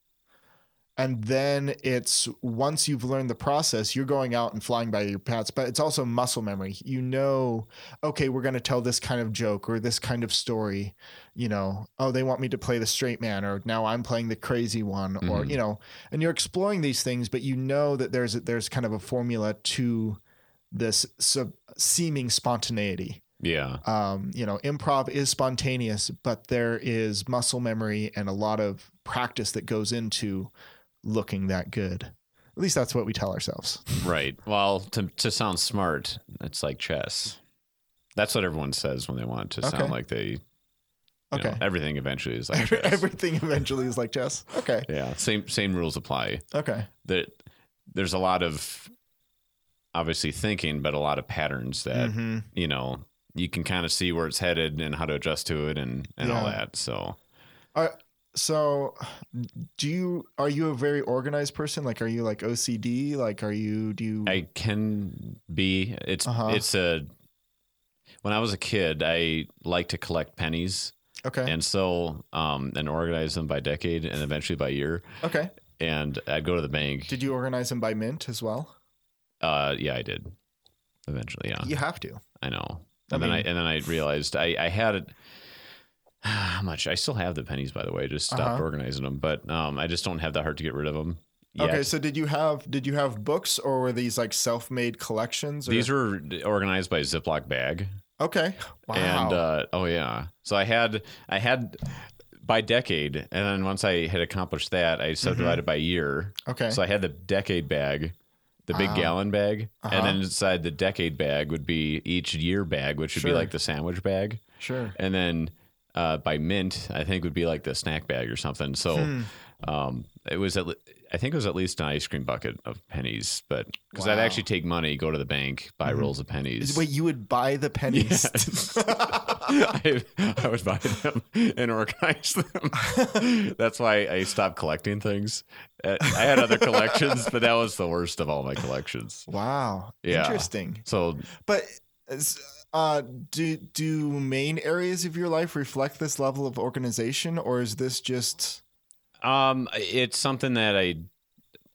Speaker 1: And then it's once you've learned the process, you're going out and flying by your pants, but it's also muscle memory. You know, okay, we're going to tell this kind of joke or this kind of story you know, oh, they want me to play the straight man, or now I'm playing the crazy one, or
Speaker 2: Mhm.
Speaker 1: you know, and you're exploring these things, but you know that there's there's kind of a formula to this sub- seeming spontaneity.
Speaker 2: Yeah.
Speaker 1: Um, you know, improv is spontaneous, but there is muscle memory and a lot of practice that goes into looking that good. At least that's what we tell ourselves.
Speaker 2: Right. Well, to to sound smart, it's like chess. That's what everyone says when they want to
Speaker 1: Okay.
Speaker 2: sound like they. you know,
Speaker 1: Okay.
Speaker 2: everything eventually is like chess.
Speaker 1: Everything eventually is like chess. Okay.
Speaker 2: yeah. Same same rules apply.
Speaker 1: Okay.
Speaker 2: There, there's a lot of obviously thinking, but a lot of patterns that
Speaker 1: hmm
Speaker 2: you know you can kind of see where it's headed and how to adjust to it and and all
Speaker 1: Yeah.
Speaker 2: that. So
Speaker 1: So, do you are you a very organized person? Like, are you like OCD? Like, are you do you?
Speaker 2: I can be. It's
Speaker 1: Mm. Uh-huh.
Speaker 2: it's a. When I was a kid, I liked to collect pennies.
Speaker 1: okay,
Speaker 2: and so um, and organize them by decade and eventually by year.
Speaker 1: okay.
Speaker 2: And I'd go to the bank.
Speaker 1: Did you organize them by mint as well?
Speaker 2: uh, yeah, I did. Eventually, yeah,
Speaker 1: You have to.
Speaker 2: I know.
Speaker 1: I
Speaker 2: And then I
Speaker 1: mean-
Speaker 2: and then I realized I I had it. How much? I still have the pennies, by the way. I Just stopped
Speaker 1: Uh-huh.
Speaker 2: organizing them, but um, I just don't have the heart to get rid of them. Yet.
Speaker 1: Okay, so did you have did you have books or were these like self made collections? Or?
Speaker 2: These were organized by Ziploc bag.
Speaker 1: okay. Wow.
Speaker 2: And uh, oh yeah, so I had I had by decade, and then once I had accomplished that, I subdivided by year.
Speaker 1: Mm-hmm. okay.
Speaker 2: So I had the decade bag, the big
Speaker 1: Ah.
Speaker 2: gallon bag,
Speaker 1: Uh-huh.
Speaker 2: and then inside the decade bag would be each year bag, which would
Speaker 1: Sure.
Speaker 2: be like the sandwich bag,
Speaker 1: sure.
Speaker 2: and then uh, by mint, I think would be like the snack bag or something. So
Speaker 1: Hmm.
Speaker 2: um, it was at. Le- I think it was at least an ice cream bucket of pennies, but because I'd
Speaker 1: Wow.
Speaker 2: actually take money, go to the bank, buy
Speaker 1: Mhm.
Speaker 2: rolls of pennies.
Speaker 1: Wait, you would buy the pennies?
Speaker 2: I, I would buy them and organize them. That's why I stopped collecting things. Uh, I had other collections, but that was the worst of all my collections.
Speaker 1: wow.
Speaker 2: Yeah.
Speaker 1: Interesting.
Speaker 2: So
Speaker 1: But uh, do do main areas of your life reflect this level of organization, or is this just
Speaker 2: um, it's something that I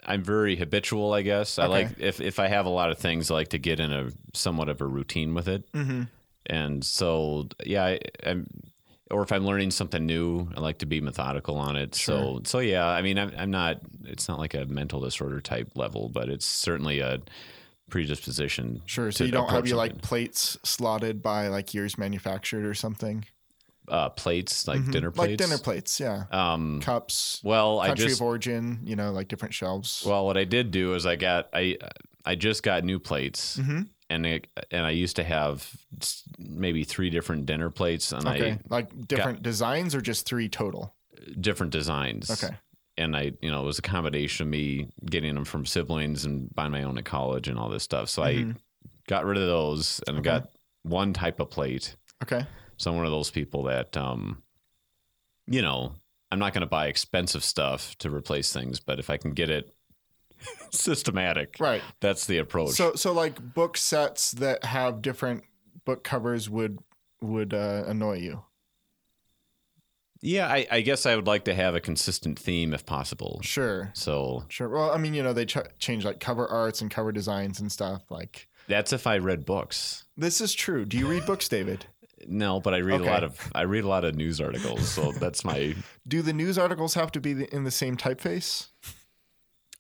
Speaker 2: I'm very habitual, I guess. I
Speaker 1: Okay.
Speaker 2: like if if I have a lot of things, I like to get in a somewhat of a routine with it.
Speaker 1: Mhm.
Speaker 2: And so yeah, I, I'm or if I'm learning something new, I like to be methodical on it. So so yeah, I mean I'm I'm not it's not like a mental disorder type level, but it's certainly a predisposition.
Speaker 1: sure? So
Speaker 2: to
Speaker 1: you don't have
Speaker 2: approach
Speaker 1: your like
Speaker 2: something.
Speaker 1: plates slotted by like years manufactured or something,
Speaker 2: uh plates, like
Speaker 1: Mhm.
Speaker 2: dinner
Speaker 1: like
Speaker 2: plates.
Speaker 1: dinner plates, yeah,
Speaker 2: um
Speaker 1: cups,
Speaker 2: well, I
Speaker 1: country
Speaker 2: just
Speaker 1: of origin, you know, like different shelves.
Speaker 2: Well, what I did do is I got I I just got new plates,
Speaker 1: Mhm.
Speaker 2: and it, and I used to have s- maybe three different dinner plates, and
Speaker 1: okay, like different designs or just three total.
Speaker 2: I different designs.
Speaker 1: Okay.
Speaker 2: And I, you know, it was a combination of me getting them from siblings and buying my own at college and all this stuff. So I
Speaker 1: Mhm.
Speaker 2: got rid of those and
Speaker 1: Okay.
Speaker 2: got one type of plate.
Speaker 1: Okay,
Speaker 2: So I'm one of those people that, um, you know, I'm not going to buy expensive stuff to replace things, but if I can get it systematic,
Speaker 1: right.
Speaker 2: that's the approach.
Speaker 1: So so like book sets that have different book covers would would uh, annoy you.
Speaker 2: Yeah, I, I guess I would like to have a consistent theme if possible.
Speaker 1: Sure,
Speaker 2: So
Speaker 1: Sure. Well, I mean, you know, they ch- change like cover arts and cover designs and stuff. Like,
Speaker 2: that's if I read books.
Speaker 1: this is true. Do you read books, David?
Speaker 2: No, but I read
Speaker 1: Okay.
Speaker 2: a lot of I read a lot of news articles, so that's my
Speaker 1: Do the news articles have to be the, in the same typeface?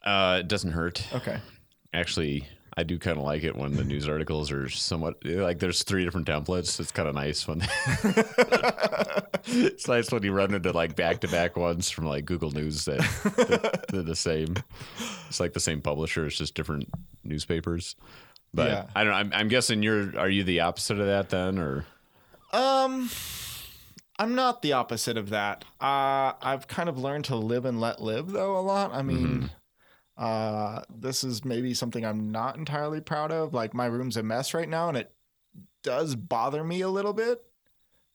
Speaker 2: uh it doesn't hurt.
Speaker 1: Okay.
Speaker 2: Actually, I do kind of like it when the news articles are somewhat like there's three different templates. It's kind of nice when it's nice when you run into like back to back ones from like Google News that, that they're the same. It's like the same publisher. It's just different newspapers. But
Speaker 1: Yeah.
Speaker 2: I don't. know, I'm, I'm guessing you're. Are you the opposite of that then, or
Speaker 1: Um, I'm not the opposite of that. Uh, I've kind of learned to live and let live though a lot. I mean, Uh, this is maybe something I'm not entirely proud of. Like my room's a mess right now, and it does bother me a little bit,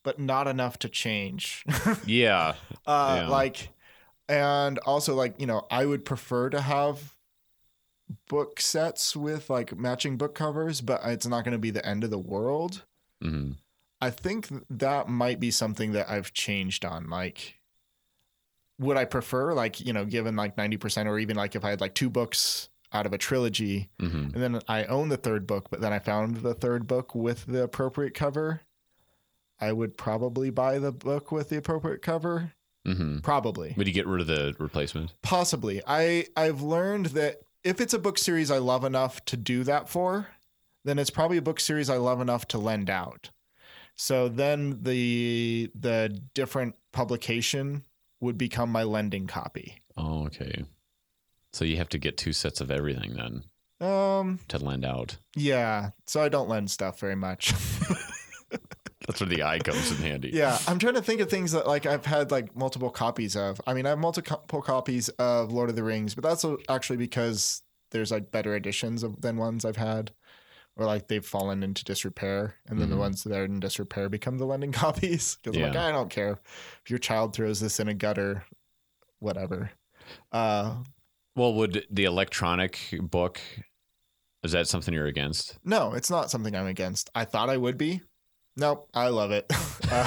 Speaker 1: but not enough to change.
Speaker 2: Yeah.
Speaker 1: Uh,
Speaker 2: Yeah.
Speaker 1: Like, and also like you know, I would prefer to have book sets with like matching book covers, but it's not going to be the end of the world.
Speaker 2: hmm
Speaker 1: I think th- that might be something that I've changed on. Like, would I prefer, like, you know, given like 90%, or even like if I had like two books out of a trilogy
Speaker 2: hmm
Speaker 1: and then I own the third book, but then I found the third book with the appropriate cover, I would probably buy the book with the appropriate cover.
Speaker 2: hmm
Speaker 1: Probably.
Speaker 2: Would you get rid of the replacement?
Speaker 1: Possibly. I, I've learned that if it's a book series I love enough to do that for, then it's probably a book series I love enough to lend out. So then the the different publication would become my lending copy.
Speaker 2: Oh, okay. So you have to get two sets of everything then
Speaker 1: Um
Speaker 2: to lend out.
Speaker 1: yeah, so I don't lend stuff very much.
Speaker 2: That's where the eye comes in handy.
Speaker 1: yeah, I'm trying to think of things that like I've had like multiple copies of. I mean, I have multiple copies of Lord of the Rings, but that's actually because there's like better editions of, than ones I've had or like they've fallen into disrepair and then the
Speaker 2: Mhm.
Speaker 1: ones that are in disrepair become the lending copies because I'm like
Speaker 2: Yeah.
Speaker 1: I don't care if your child throws this in a gutter whatever. Uh
Speaker 2: Well, would the electronic book is that something you're against?
Speaker 1: No, it's not something I'm against. I thought I would be. Nope, I love it. Uh,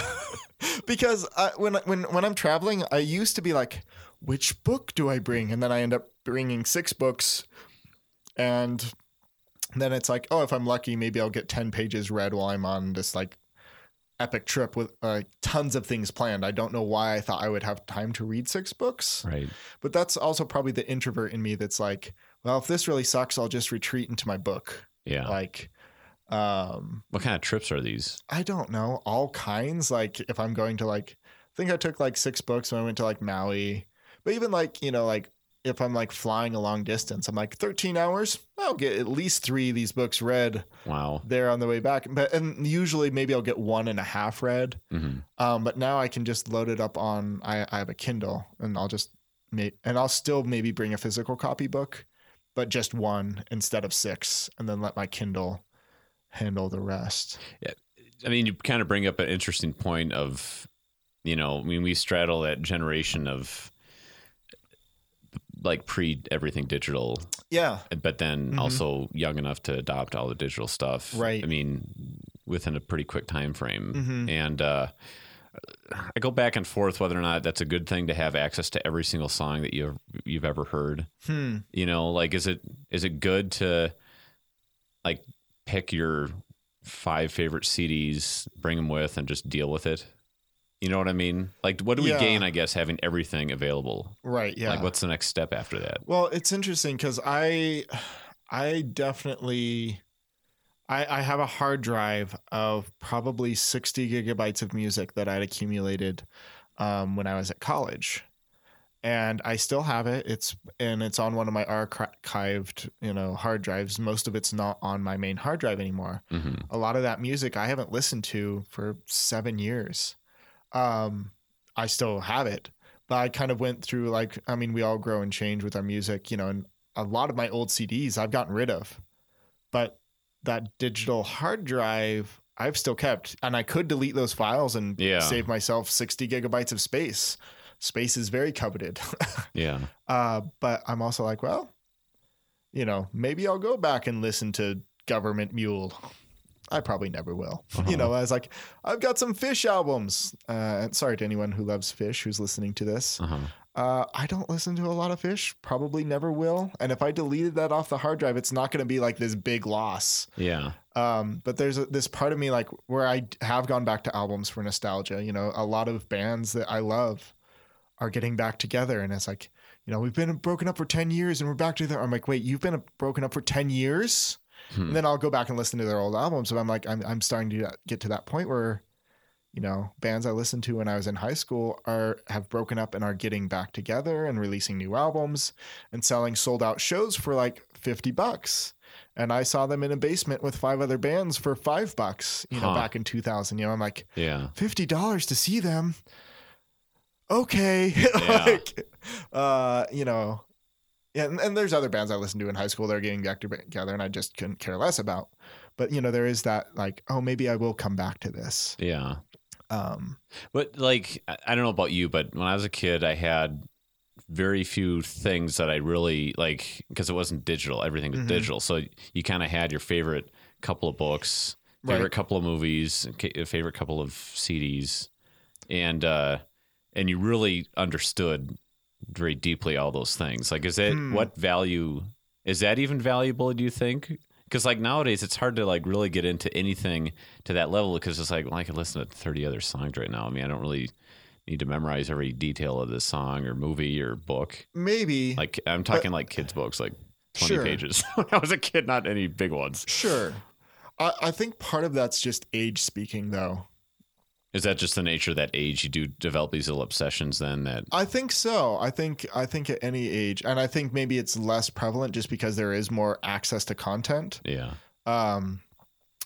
Speaker 1: because I, when when when I'm traveling, I used to be like, which book do I bring? And then I end up bringing six books, and then it's like, oh, if I'm lucky, maybe I'll get ten pages read while I'm on this like epic trip with uh, tons of things planned. I don't know why I thought I would have time to read six books.
Speaker 2: Right.
Speaker 1: But that's also probably the introvert in me that's like, well, if this really sucks, I'll just retreat into my book
Speaker 2: Yeah.
Speaker 1: like um
Speaker 2: what kind of trips are these?
Speaker 1: i don't know all kinds like if i'm going to like i think i took like six books when i went to like maui but even like you know like if i'm like flying a long distance i'm like 13 hours i'll get at least three of these books read
Speaker 2: Wow.
Speaker 1: there on the way back but and usually maybe i'll get one and a half read
Speaker 2: hmm
Speaker 1: um but now i can just load it up on i, I have a kindle and i'll just make and i'll still maybe bring a physical copy book but just one instead of six and then let my kindle handle the rest
Speaker 2: I mean, you kind of bring up an interesting point of, you know, I mean, we straddle that generation of like pre everything digital,
Speaker 1: yeah
Speaker 2: but then
Speaker 1: Mhm.
Speaker 2: also young enough to adopt all the digital stuff.
Speaker 1: Right.
Speaker 2: I mean, within a pretty quick time frame.
Speaker 1: Mhm.
Speaker 2: And uh, I go back and forth whether or not that's a good thing to have access to every single song that you've you've ever heard.
Speaker 1: hmm
Speaker 2: you know like is it is it good to like pick your five favorite cds bring them with and just deal with it you know what i mean like what do we
Speaker 1: Yeah.
Speaker 2: gain i guess having everything available
Speaker 1: right yeah
Speaker 2: like what's the next step after that
Speaker 1: well it's interesting because i i definitely I, I have a hard drive of probably 60 gigabytes of music that i'd accumulated um, when i was at college and i still have it it's and it's on one of my archived you know hard drives most of it's not on my main hard drive anymore
Speaker 2: hmm
Speaker 1: a lot of that music I haven't listened to for seven years. Um, I still have it, but I kind of went through like, I mean, we all grow and change with our music, you know, and a lot of my old CDs I've gotten rid of, but that digital hard drive I've still kept, and I could delete those files and
Speaker 2: Yeah.
Speaker 1: save myself 60 gigabytes of space. Space is very coveted.
Speaker 2: yeah
Speaker 1: Uh, but I'm also like, well, you know, maybe I'll go back and listen to Government Mule. I probably never will. You know, I was like, I've got some Fish albums. Uh, and sorry to anyone who loves Fish who's listening to this.
Speaker 2: uh-huh
Speaker 1: Uh, I don't listen to a lot of Fish, probably never will. And if I deleted that off the hard drive, it's not going to be like this big loss.
Speaker 2: yeah
Speaker 1: Um, but there's a, this part of me like where I have gone back to albums for nostalgia. You know, a lot of bands that I love are getting back together, and it's like, you know, we've been broken up for ten years, and we're back together. I'm like, wait, you've been broken up for ten years?
Speaker 2: Hmm.
Speaker 1: And then I'll go back and listen to their old albums, and I'm like, I'm I'm starting to get to that point where, you know, bands I listened to when I was in high school are have broken up and are getting back together and releasing new albums and selling sold out shows for like fifty bucks and I saw them in a basement with five other bands for five bucks, you know,
Speaker 2: Huh.
Speaker 1: back in 2000. You know, I'm like,
Speaker 2: yeah
Speaker 1: $50 to see them. Okay. like, uh, you know, yeah, and, and there's other bands I listened to in high school that are getting back together, and I just couldn't care less about. But you know, there is that like, oh, maybe I will come back to this.
Speaker 2: Yeah.
Speaker 1: Um,
Speaker 2: But like, I I don't know about you, but when I was a kid, I had very few things that I really like because it wasn't digital. Everything was
Speaker 1: Mhm.
Speaker 2: digital, so you kind of had your favorite couple of books, favorite
Speaker 1: Right.
Speaker 2: couple of movies, ca- favorite couple of CDs, and uh, and you really understood very deeply all those things. Like, is it
Speaker 1: Hmm.
Speaker 2: what value is that even valuable? Do you think? Because like nowadays, it's hard to like really get into anything to that level because it's like, well, I could listen to thirty other songs right now. I mean, I don't really need to memorize every detail of this song or movie or book.
Speaker 1: maybe
Speaker 2: Like I'm talking like kids' books, like twenty
Speaker 1: Sure.
Speaker 2: pages. when I was a kid, not any big ones.
Speaker 1: sure. I, I think part of that's just age speaking, though.
Speaker 2: Is that just the nature of that age? You do develop these little obsessions then that
Speaker 1: I think so. I think I think at any age, and I think maybe it's less prevalent just because there is more access to content.
Speaker 2: yeah.
Speaker 1: um,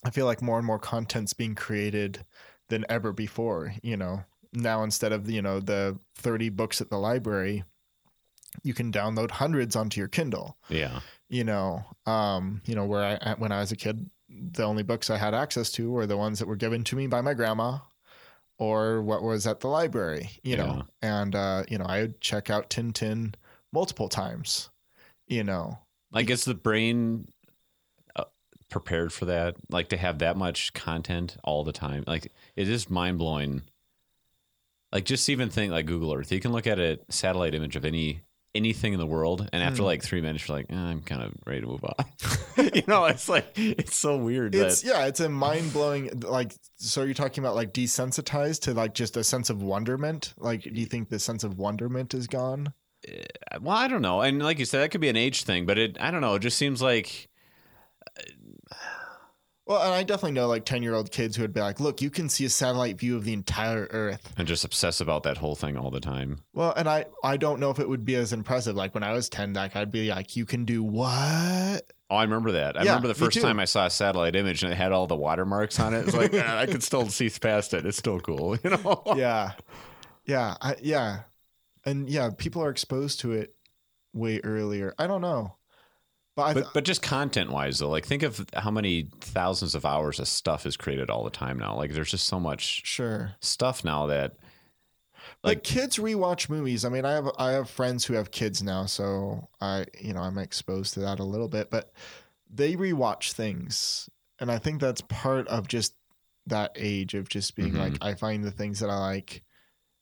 Speaker 1: I feel like more and more content's being created than ever before. You know, now instead of you know the thirty books at the library, you can download hundreds onto your Kindle.
Speaker 2: Yeah.
Speaker 1: You know, um, you know where I at- when I was a kid, the only books I had access to were the ones that were given to me by my grandma. Or what was at the library, you know, and uh, you know, I would check out Tintin multiple times, you know,
Speaker 2: Like is the brain uh, prepared for that? Like to have that much content all the time? Like it is mind blowing. Like just even think like Google Earth. You can look at a satellite image of any anything in the world, and after
Speaker 1: Hmm.
Speaker 2: like three minutes, you're like, eh, I'm kind of ready to move on. you know, it's like it's so weird.
Speaker 1: It's
Speaker 2: that,
Speaker 1: yeah, it's a mind blowing like so you're talking about like desensitized to like just a sense of wonderment? Like do you think the sense of wonderment is gone?
Speaker 2: well, I don't know, and like you said, that could be an age thing, but it I don't know. It just seems like
Speaker 1: Well, and I definitely know like 10-year-old kids who would be like, "Look, you can see a satellite view of the entire earth."
Speaker 2: I'm just obsessed about that whole thing all the time.
Speaker 1: Well, and I I don't know if it would be as impressive like when I was 10, like I'd be like, "You can do what?"
Speaker 2: Oh, I remember that. I
Speaker 1: Yeah,
Speaker 2: remember the
Speaker 1: me
Speaker 2: first
Speaker 1: too.
Speaker 2: time I saw a satellite image and it had all the watermarks on it. It's like "Ah, I could still see past it. It's still cool, you know.
Speaker 1: yeah. Yeah, I, yeah. And yeah, people are exposed to it way earlier. I don't know. But I
Speaker 2: But but just content wise though, like think of how many thousands of hours of stuff is created all the time now. Like there's just so much
Speaker 1: sure.
Speaker 2: stuff now that
Speaker 1: like
Speaker 2: Like-
Speaker 1: kids rewatch movies. I mean, I have I have friends who have kids now, so I you know I'm exposed to that a little bit, but they rewatch things, and I think that's part of just that age of just being
Speaker 2: Mhm.
Speaker 1: like I find the things that I like,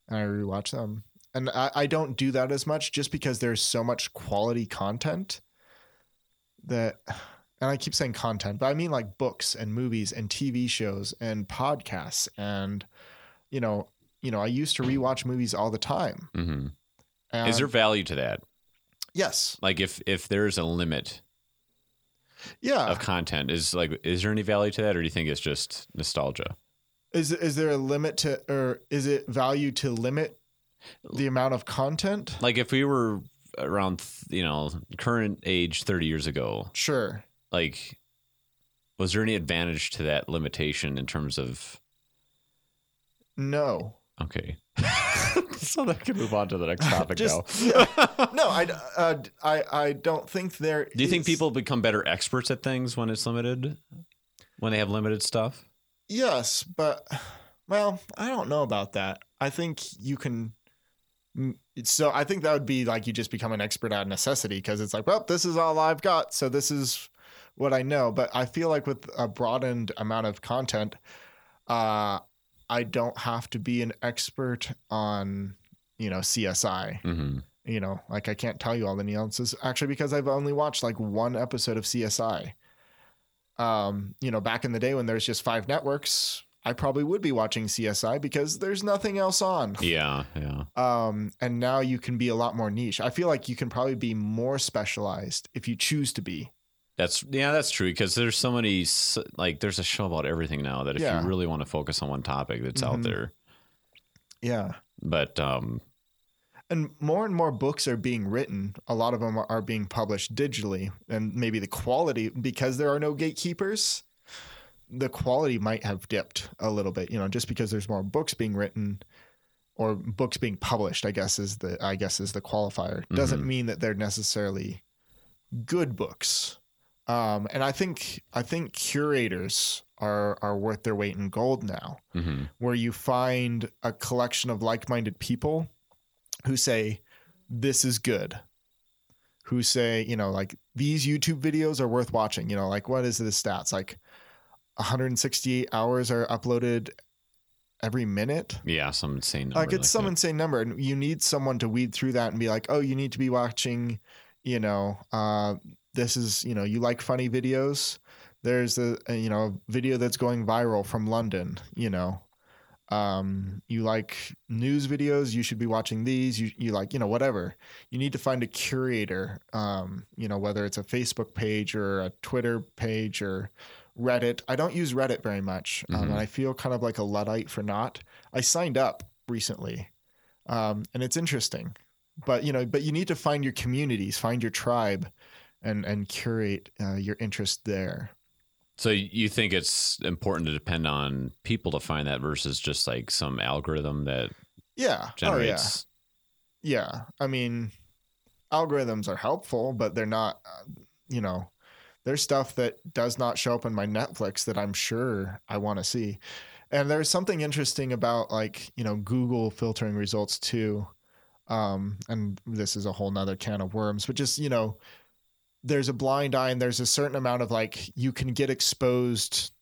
Speaker 1: and I rewatch them, and I, I don't do that as much just because there's so much quality content that. And I keep saying content, but I mean like books and movies and TV shows and podcasts and, you know, you know, I used to rewatch movies all the time.
Speaker 2: mhm.
Speaker 1: And
Speaker 2: is there value to that?
Speaker 1: Yes.
Speaker 2: Like if if there's a limit
Speaker 1: Yeah.
Speaker 2: of content, is like is there any value to that, or do you think it's just nostalgia?
Speaker 1: Is is there a limit to, or is it value to limit the amount of content?
Speaker 2: Like if we were around, th- you know, current age thirty years ago,
Speaker 1: Sure.
Speaker 2: like was there any advantage to that limitation in terms of
Speaker 1: No.
Speaker 2: okay so that can move on to the next topic
Speaker 1: Just-
Speaker 2: now
Speaker 1: No. I uh, I I don't think there.
Speaker 2: do you think
Speaker 1: is-
Speaker 2: people become better experts at things when it's limited when they have limited stuff
Speaker 1: Yes, but well, I don't know about that. I think you can. mm, So I think that would be like you just become an expert out of necessity because it's like, well, this is all I've got, so this is what I know. But I feel like with a broadened amount of content, uh, I don't have to be an expert on you know CSI.
Speaker 2: mm-hmm.
Speaker 1: You know, like I can't tell you all the nuances actually because I've only watched like one episode of CSI um, you know, back in the day when there's just five networks, I probably would be watching CSI because there's nothing else on.
Speaker 2: yeah yeah
Speaker 1: Um, and now you can be a lot more niche. I feel like you can probably be more specialized if you choose to be.
Speaker 2: that's yeah that's true because there's so many s- like there's a show about everything now that if
Speaker 1: Yeah.
Speaker 2: you really want to focus on one topic that's out
Speaker 1: Mhm.
Speaker 2: there
Speaker 1: Yeah.
Speaker 2: but um
Speaker 1: And more and more books are being written. A lot of them are being published digitally, and maybe the quality, because there are no gatekeepers, the quality might have dipped a little bit. You know, just because there's more books being written, or books being published, I guess is the I guess is the qualifier. Doesn't mean that they're necessarily good books. Um, and I think I think curators are are worth their weight in gold now
Speaker 2: hmm
Speaker 1: where you find a collection of like-minded people who say this is good who say you know like these youtube videos are worth watching you know like what is the stats like 168 hours are uploaded every minute
Speaker 2: Yeah, some insane.
Speaker 1: like
Speaker 2: number
Speaker 1: it's some
Speaker 2: that.
Speaker 1: insane number and you need someone to weed through that and be like oh you need to be watching you know uh, this is you know you like funny videos there's a, a, you know video that's going viral from london you know um, you like news videos you should be watching these you, you like you know whatever you need to find a curator um, you know whether it's a facebook page or a twitter page or reddit i don't use reddit very much um,
Speaker 2: Mhm.
Speaker 1: and i feel kind of like a luddite for not I signed up recently, um, and it's interesting. But you know, but you need to find your communities, find your tribe, and and curate uh, your interest there.
Speaker 2: So you think it's important to depend on people to find that versus just like some algorithm that
Speaker 1: Oh, Yeah. Oh
Speaker 2: generates?
Speaker 1: yeah. Yeah. I mean, algorithms are helpful, but they're not. uh, You know, there's stuff that does not show up in my Netflix that I'm sure I want to see. And there's something interesting about like you know Google filtering results too. Um, and this is a whole nother can of worms, but just you know, there's a blind eye and there's a certain amount of like you can get exposed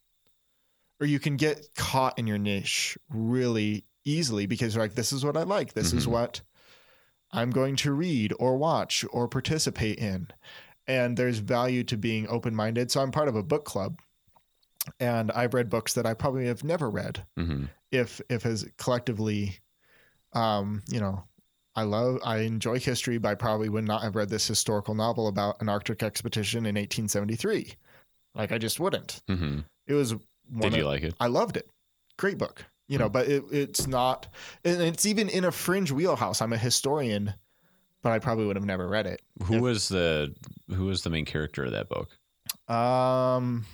Speaker 1: or you can get caught in your niche really easily because you're like this is what I like. This is
Speaker 2: Mhm.
Speaker 1: what I'm going to read or watch or participate in. And there's value to being open-minded. So I'm part of a book club and I've read books that I probably have never read
Speaker 2: hmm
Speaker 1: if if as collectively um you know i love i enjoy history but i probably would not have read this historical novel about an arctic expedition in 1873 like i just wouldn't
Speaker 2: hmm
Speaker 1: it was one
Speaker 2: Did
Speaker 1: of,
Speaker 2: you like it? Hmm.
Speaker 1: i loved it great book you know but it, it's not and it's even in a fringe wheelhouse i'm a historian but i probably would have never read it
Speaker 2: Who was the who was the main character of that book?
Speaker 1: Um,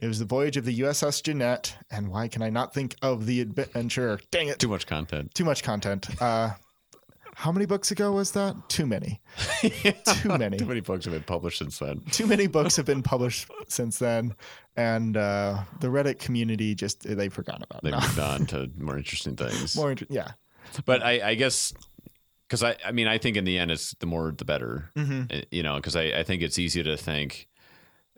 Speaker 1: it was the voyage of the USS Jeanette, and why can I not think of the adventure? Dang it!
Speaker 2: Too much content.
Speaker 1: Too much content. Uh, how many books ago was that? Too many. Too many.
Speaker 2: Too many books have been published since then.
Speaker 1: Too many books have been published since then, and uh, the Reddit community just they forgot about it.
Speaker 2: They
Speaker 1: No.
Speaker 2: moved on to more interesting things.
Speaker 1: More, inter- yeah.
Speaker 2: but I, I guess because I, I mean, I think in the end, it's the more the better.
Speaker 1: hmm
Speaker 2: Uh, You know, because I, I think it's easy to think,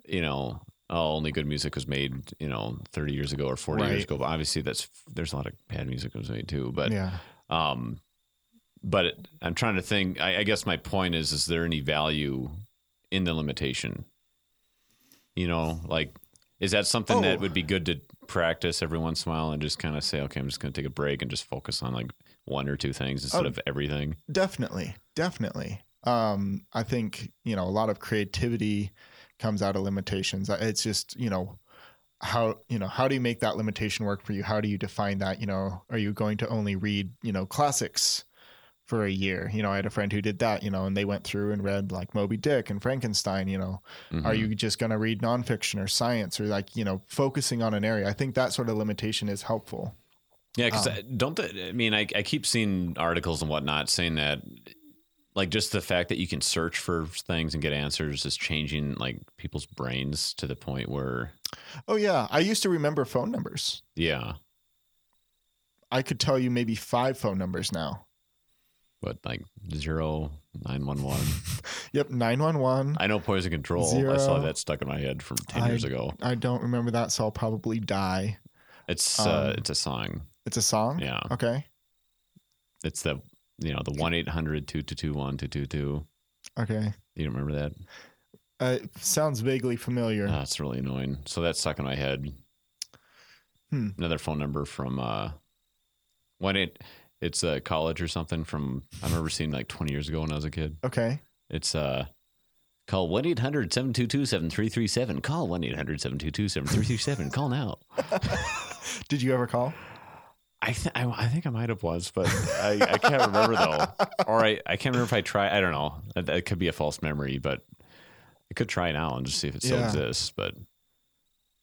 Speaker 2: you know, oh, only good music was made, you know, thirty years ago or forty years
Speaker 1: Right.
Speaker 2: ago. But obviously, that's there's a lot of bad music that was made too. But
Speaker 1: Yeah.
Speaker 2: um, but it- I'm trying to think. I, I guess my point is: is there any value in the limitation? You know, like, is that something that
Speaker 1: Oh.
Speaker 2: would be good to practice every once in a while and just kind of say, okay, I'm just going to take a break and just focus on like one or two things instead
Speaker 1: Oh.
Speaker 2: of everything?
Speaker 1: definitely definitely um i think you know a lot of creativity comes out of limitations Uh, it's just you know how you know how do you make that limitation work for you how do you define that you know are you going to only read you know classics for a year you know i had a friend who did that you know and they went through and read like moby dick and frankenstein you know are
Speaker 2: Mhm.
Speaker 1: you just going to read nonfiction or science or like you know focusing on an area i think that sort of limitation is helpful
Speaker 2: Yeah, because
Speaker 1: Um,
Speaker 2: don't the- I mean I, I keep seeing articles and whatnot saying that like just the fact that you can search for things and get answers is changing like people's brains to the point where
Speaker 1: oh yeah i used to remember phone numbers
Speaker 2: yeah,
Speaker 1: I could tell you maybe five phone numbers now.
Speaker 2: but like zero nine one one.
Speaker 1: Yep, 911.
Speaker 2: I know poison control. I saw
Speaker 1: Zero.
Speaker 2: that stuck in my head from ten
Speaker 1: I-
Speaker 2: years ago.
Speaker 1: I don't remember that, so I'll probably die.
Speaker 2: It's uh,
Speaker 1: um,
Speaker 2: it's a song.
Speaker 1: It's a song?
Speaker 2: Yeah,
Speaker 1: Okay.
Speaker 2: it's the you know the one 800 222 1222
Speaker 1: Okay.
Speaker 2: You don't remember that?
Speaker 1: Uh, it sounds vaguely familiar.
Speaker 2: Ah, it's really annoying. So that's stuck in my head.
Speaker 1: Hmm.
Speaker 2: Another phone number from uh, when it it's a college or something from I remember seeing like 20 years ago when I was a kid.
Speaker 1: okay.
Speaker 2: It's uh, call 1 800 722 7337. Call 1 800 722 7337. Call now.
Speaker 1: Did you ever call?
Speaker 2: I, th- I, I think I might have once, but I, I can't remember though. Or I, I can't remember if I tried. I don't know. That, that could be a false memory, but I could try now and just see if it still
Speaker 1: Yeah.
Speaker 2: exists. But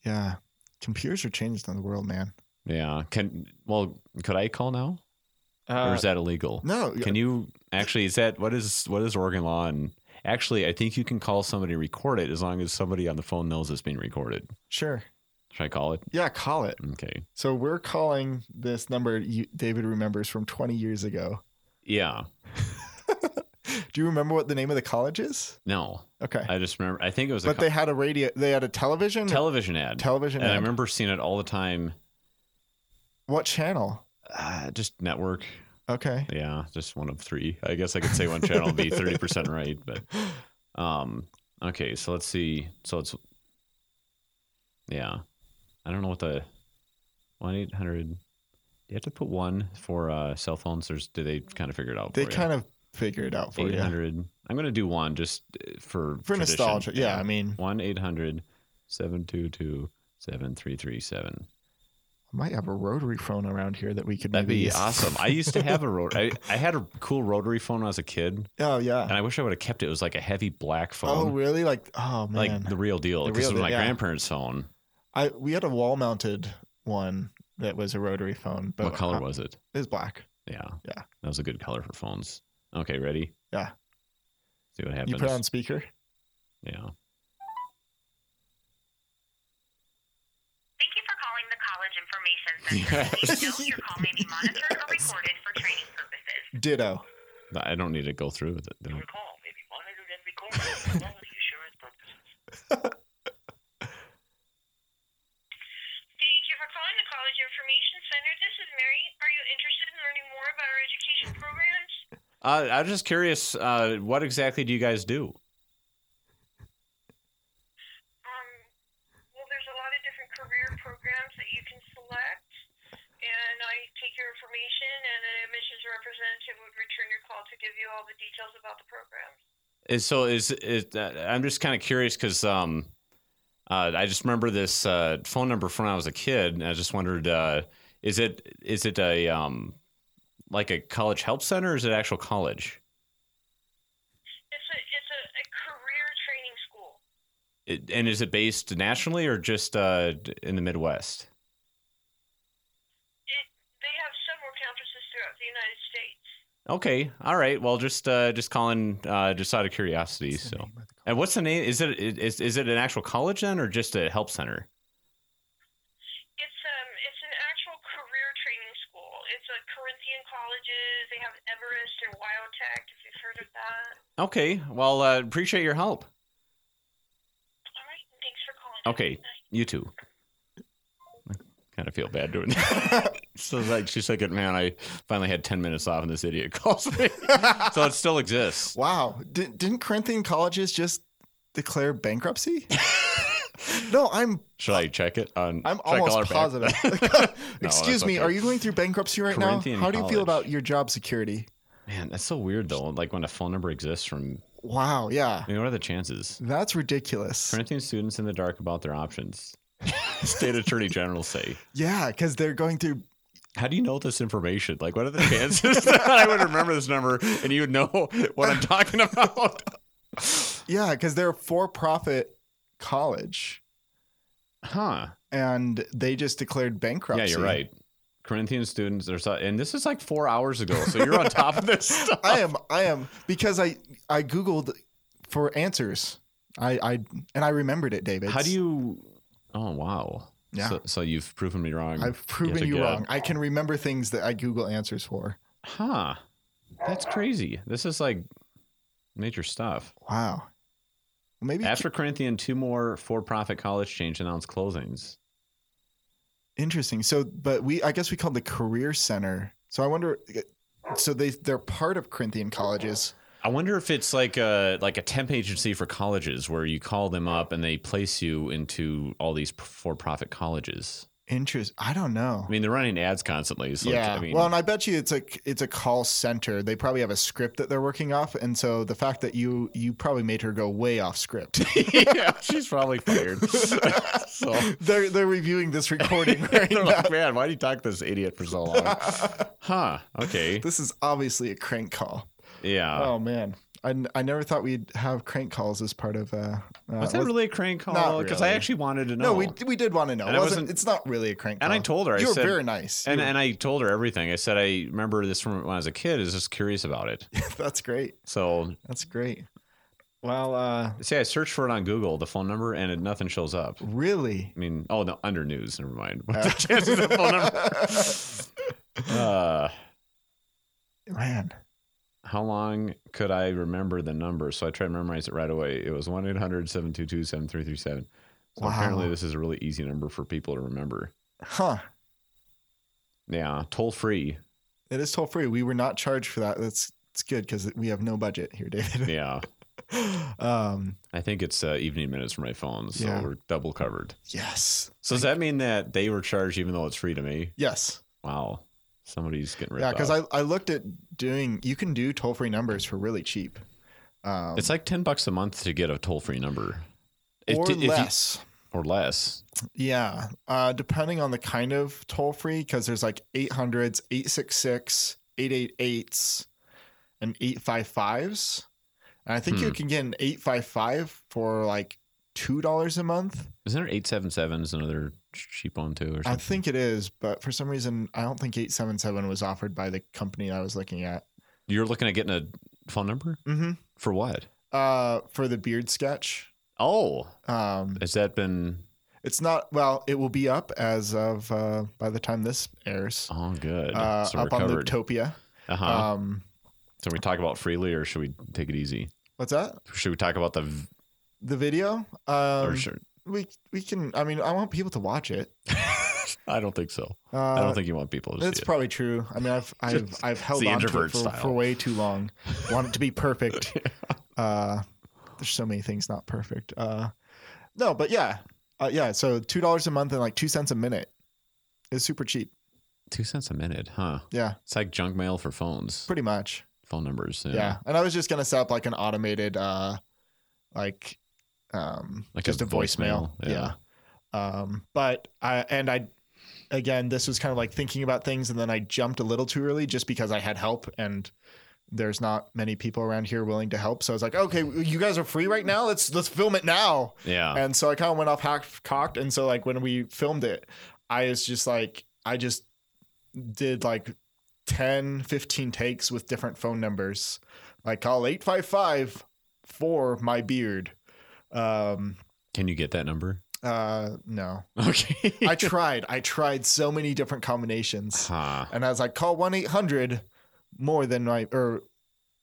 Speaker 1: Yeah. Computers are changed in the world, man.
Speaker 2: yeah. Can Well, could I call now? or
Speaker 3: Uh,
Speaker 2: is that illegal?
Speaker 1: No,
Speaker 2: Can you actually? Is that what is what is Oregon law? And actually, I think you can call somebody and record it as long as somebody on the phone knows it's being recorded.
Speaker 1: sure.
Speaker 2: Should I call it?
Speaker 1: Yeah, call it.
Speaker 2: Okay.
Speaker 1: So we're calling this number you, David remembers from 20 years ago.
Speaker 2: Yeah.
Speaker 1: Do you remember what the name of the college is?
Speaker 2: No.
Speaker 1: Okay.
Speaker 2: I just remember. I think it was a
Speaker 1: but
Speaker 2: co-
Speaker 1: they had a radio, they had a television.
Speaker 2: television ad.
Speaker 1: television.
Speaker 2: and I
Speaker 1: ad.
Speaker 2: remember seeing it all the time.
Speaker 1: What channel?
Speaker 2: Uh, just network.
Speaker 1: Okay.
Speaker 2: Yeah, just one of three. I guess I could say one channel would be thirty percent right, but um, okay. So let's see. So it's yeah. I don't know what the one eight hundred. You have to put one for uh, cell phones. Or s- do they kind of figure it out?
Speaker 1: They kind of figure it out for
Speaker 2: eight
Speaker 1: you.
Speaker 2: hundred. I'm gonna do one just uh, for
Speaker 1: For nostalgia. Yeah, I mean,
Speaker 2: one 800 722 7337
Speaker 1: I might have a rotary phone around here that we could
Speaker 2: That'd
Speaker 1: maybe
Speaker 2: be
Speaker 1: use.
Speaker 2: awesome. I used to have a rotary. I, I had a cool rotary phone when I was a kid,
Speaker 1: Oh, yeah.
Speaker 2: and I wish I would have kept it. It was like a heavy black
Speaker 1: Oh,
Speaker 2: phone,
Speaker 1: really? Like, oh, man.
Speaker 2: like the real deal.
Speaker 1: The
Speaker 2: Because
Speaker 1: real
Speaker 2: it
Speaker 1: deal,
Speaker 2: was my
Speaker 1: yeah.
Speaker 2: grandparents' phone.
Speaker 1: I we had a wall mounted one that was a rotary phone, but
Speaker 2: what color
Speaker 1: uh,
Speaker 2: was it?
Speaker 1: it was black.
Speaker 2: Yeah,
Speaker 1: Yeah.
Speaker 2: that was a good color for phones. Okay, ready?
Speaker 1: Yeah.
Speaker 2: See what happens.
Speaker 1: You put it on speaker.
Speaker 2: yeah.
Speaker 4: Thank you for calling the College Information Center. Please note your call may be monitored or recorded for training purposes.
Speaker 1: Ditto.
Speaker 2: No, I don't need to go through with it. Don't-
Speaker 4: call may be monitored and recorded for quality assurance purposes. Thank you for calling the College Information Center. This is Mary. Are you interested in learning more about our education programs?
Speaker 2: Uh, I was just curious. Uh, what exactly do you guys do?
Speaker 4: Um, well, there's a lot of different career programs that you can select, and I take your information, and an admissions representative would return your call to give you all the details about the programs.
Speaker 2: And so is is uh, I'm just kind of curious because um, uh, I just remember this uh, phone number from when I was a kid, and I just wondered uh, is it is it a um, like a college help center, or is it actual college?
Speaker 4: It's a it's a, a career training school.
Speaker 2: It, and is it based nationally or just uh, in the Midwest?
Speaker 4: It they have several campuses throughout the United States.
Speaker 2: Okay, all right. Well, just uh, just calling uh, just out of curiosity.
Speaker 1: What's the
Speaker 2: So,
Speaker 1: name of the call?
Speaker 2: and what's the name? Is it is is it an actual college then, or just a help center?
Speaker 4: It's um it's an actual career training school. It's a Corinthian colleges. They have Everest and Wildtech. If you've heard of that.
Speaker 2: Okay. Well, uh, appreciate your help.
Speaker 4: All right. Thanks for calling.
Speaker 2: Okay, you too. I kind of feel bad doing that. so like she's like, man, I finally had ten minutes off, and this idiot calls me. so it still exists.
Speaker 1: Wow. Did, didn't Corinthian colleges just declare bankruptcy? no, I'm
Speaker 2: Should I check it on?
Speaker 1: I'm
Speaker 2: should I call
Speaker 1: almost
Speaker 2: her
Speaker 1: positive.
Speaker 2: back?
Speaker 1: Excuse
Speaker 2: that's
Speaker 1: me,
Speaker 2: okay.
Speaker 1: are you going through bankruptcy right
Speaker 2: Corinthian
Speaker 1: now? How do you
Speaker 2: college.
Speaker 1: feel about your job security?
Speaker 2: Man, that's so weird though. Like when a phone number exists from.
Speaker 1: Wow, yeah.
Speaker 2: I mean, what are the chances?
Speaker 1: That's ridiculous.
Speaker 2: Corinthian students in the dark about their options. State attorney general say.
Speaker 1: Yeah, because they're going through
Speaker 2: How do you know this information? Like, what are the chances that I would remember this number and you would know what I'm talking about?
Speaker 1: yeah, because they're a for-profit college,
Speaker 2: Huh.
Speaker 1: and they just declared bankruptcy.
Speaker 2: Yeah, you're right. Corinthian students are, so- and this is like four hours ago, so you're on top of this stuff.
Speaker 1: I am. I am because I I googled for answers. I I and I remembered it, David.
Speaker 2: How do you? Oh wow.
Speaker 1: Yeah.
Speaker 2: So, so you've proven me wrong.
Speaker 1: I've proven
Speaker 2: yet
Speaker 1: you
Speaker 2: again.
Speaker 1: wrong. I can remember things that I Google answers for.
Speaker 2: Huh. That's crazy. This is like major stuff.
Speaker 1: Wow. Maybe
Speaker 2: After Corinthian, two more for-profit college chains announced closings.
Speaker 1: interesting. So, but we I guess we called the career center. So I wonder. So they they're part of Corinthian colleges.
Speaker 2: I wonder if it's like a like a temp agency for colleges where you call them up and they place you into all these for-profit colleges.
Speaker 1: Interest. I don't know.
Speaker 2: I mean, they're running ads constantly. So
Speaker 1: yeah.
Speaker 2: I mean,
Speaker 1: well, and I bet you it's a it's a call center. They probably have a script that they're working off, and so the fact that you you probably made her go way off script.
Speaker 2: yeah, she's probably fired. so
Speaker 1: they're they're reviewing this recording right now.
Speaker 2: they're like, man, why do you talk to this idiot for so long? huh? Okay.
Speaker 1: This is obviously a crank call.
Speaker 2: Yeah.
Speaker 1: oh man. I, n- I never thought we'd have crank calls as part of. Uh, uh,
Speaker 2: Was that
Speaker 1: was-
Speaker 2: really a crank call?
Speaker 1: Not
Speaker 2: Because I really. actually wanted to know.
Speaker 1: no, we we did want to know.
Speaker 2: And
Speaker 1: It
Speaker 2: I
Speaker 1: wasn't,
Speaker 2: wasn't-
Speaker 1: It's not really a crank.
Speaker 2: and I
Speaker 1: call.
Speaker 2: told her, I
Speaker 1: you were
Speaker 2: said-
Speaker 1: very nice.
Speaker 2: and
Speaker 1: You
Speaker 2: and I told her everything. I said I remember this from when I was a kid. Is just curious about it.
Speaker 1: were- that's great.
Speaker 2: So
Speaker 1: That's great. Well, uh,
Speaker 2: see, I searched for it on Google, the phone number, and it, nothing shows up.
Speaker 1: really.
Speaker 2: I mean, oh no, under news. Never mind. What's
Speaker 1: Uh,
Speaker 2: the chances of the phone number? Uh,
Speaker 1: Man,
Speaker 2: how long could I remember the number? So I tried to memorize it right away. It was 1 800 722 7337. So
Speaker 1: Wow.
Speaker 2: apparently, this is a really easy number for people to remember.
Speaker 1: huh?
Speaker 2: Yeah, toll free.
Speaker 1: It is toll free. We were not charged for that. That's it's good because we have no budget here, David.
Speaker 2: Yeah.
Speaker 1: um,
Speaker 2: I think it's uh, evening minutes for my phone. So
Speaker 1: Yeah.
Speaker 2: we're double covered.
Speaker 1: yes,
Speaker 2: So does that mean that they were charged even though it's free to me?
Speaker 1: yes,
Speaker 2: Wow. Somebody's getting ripped
Speaker 1: yeah. Because
Speaker 2: off.
Speaker 1: I I looked at doing. You can do toll free numbers for really cheap. Um,
Speaker 2: It's like 10 bucks a month to get a toll free number. If-
Speaker 1: or
Speaker 2: if you-
Speaker 1: less.
Speaker 2: or less.
Speaker 1: Yeah, uh, depending on the kind of toll free, because there's like 800s, 866, 888s, and 855s. And I think you
Speaker 2: Hmm.
Speaker 1: can get an 855 for like $2 a month.
Speaker 2: Isn't there 877 is another cheap one too or something?
Speaker 1: I think it is, but for some reason, I don't think 877 was offered by the company I was looking at.
Speaker 2: You're looking at getting a phone number?
Speaker 1: Mm-hmm.
Speaker 2: For what?
Speaker 1: Uh, for the beard sketch.
Speaker 2: Oh,
Speaker 1: Um,
Speaker 2: has that been?
Speaker 1: it's not, well, it will be up as of uh, by the time this airs,
Speaker 2: Oh, good.
Speaker 1: uh,
Speaker 2: so we're
Speaker 1: up on
Speaker 2: covered.
Speaker 1: Lootopia.
Speaker 2: uh-huh.
Speaker 1: Um,
Speaker 2: so we talk about freely, or should we take it easy?
Speaker 1: what's that?
Speaker 2: Should we talk about the? v-
Speaker 1: the video.
Speaker 2: Or
Speaker 1: Um,
Speaker 2: should,
Speaker 1: We we can. I mean, I want people to watch it.
Speaker 2: I don't think so.
Speaker 1: Uh,
Speaker 2: I don't think you want people to
Speaker 1: that's
Speaker 2: see
Speaker 1: probably true. I mean, I've I've I've held
Speaker 2: the
Speaker 1: on to it
Speaker 2: introvert
Speaker 1: for,
Speaker 2: style.
Speaker 1: for way too long. Want it to be perfect.
Speaker 2: it.
Speaker 1: Uh, there's so many things not perfect. Uh, no, but yeah, uh, yeah. So two dollars a month and like two cents a minute is super cheap.
Speaker 2: Two cents a minute, huh?
Speaker 1: Yeah,
Speaker 2: It's like junk mail for phones,
Speaker 1: pretty much.
Speaker 2: phone numbers.
Speaker 1: Yeah. And I was just gonna set up like an automated, uh, like, um,
Speaker 2: Like
Speaker 1: just
Speaker 2: a
Speaker 1: a, voicemail.
Speaker 2: voicemail,
Speaker 1: yeah.
Speaker 2: yeah.
Speaker 1: Um, but I and I, again, this was kind of like thinking about things, and then I jumped a little too early just because I had help and there's not many people around here willing to help. So I was like, okay, you guys are free right now. Let's let's film it now.
Speaker 2: Yeah.
Speaker 1: And so I kind of went off hack cocked. And so like when we filmed it, I was just like, I just did like 10, 15 takes with different phone numbers. Like call 855 for my beard. Um,
Speaker 2: Can you get that number?
Speaker 1: uh, no,
Speaker 2: Okay.
Speaker 1: I tried. I tried so many different combinations.
Speaker 2: huh.
Speaker 1: And I was like, call 1 800 more than my, or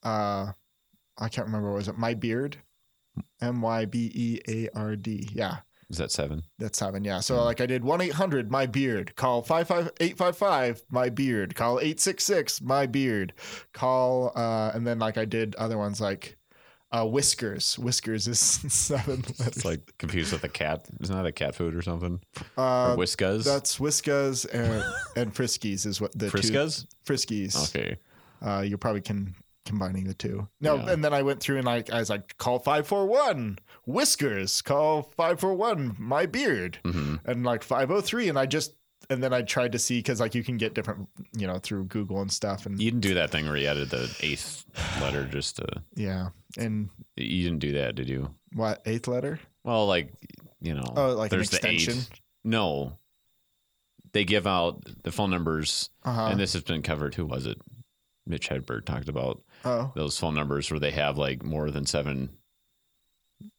Speaker 1: uh, I can't remember what was it, my beard? M Y B E A R D. Yeah.
Speaker 2: Is that seven?
Speaker 1: That's seven, yeah.
Speaker 2: Hmm.
Speaker 1: So like I did one eight hundred my beard, call five five eight five five my beard, call eight six six my beard, call uh and then like I did other ones like uh whiskers. Whiskers is seven
Speaker 2: It's like confused with a cat. Isn't that a cat food or something?
Speaker 1: uh
Speaker 2: or whiskas?
Speaker 1: that's whiskas and and friskies is what the
Speaker 2: Friskas?
Speaker 1: two friskies.
Speaker 2: Okay.
Speaker 1: Uh you probably can combining the two. No,
Speaker 2: Yeah.
Speaker 1: and then I went through and like I was like call five four one whiskers, call five four one my beard.
Speaker 2: hmm
Speaker 1: and like 503 and i just and then i tried to see because like you can get different you know through google and stuff and
Speaker 2: You didn't do that thing where you added the eighth letter just to.
Speaker 1: yeah and
Speaker 2: You didn't do that, did you?
Speaker 1: what eighth letter
Speaker 2: Well, like you know,
Speaker 1: oh like an
Speaker 2: the
Speaker 1: extension
Speaker 2: eighth. No, they give out the phone numbers,
Speaker 1: uh-huh
Speaker 2: and this has been covered. Who was it? Mitch Hedberg talked about
Speaker 1: oh
Speaker 2: those phone numbers where they have like more than seven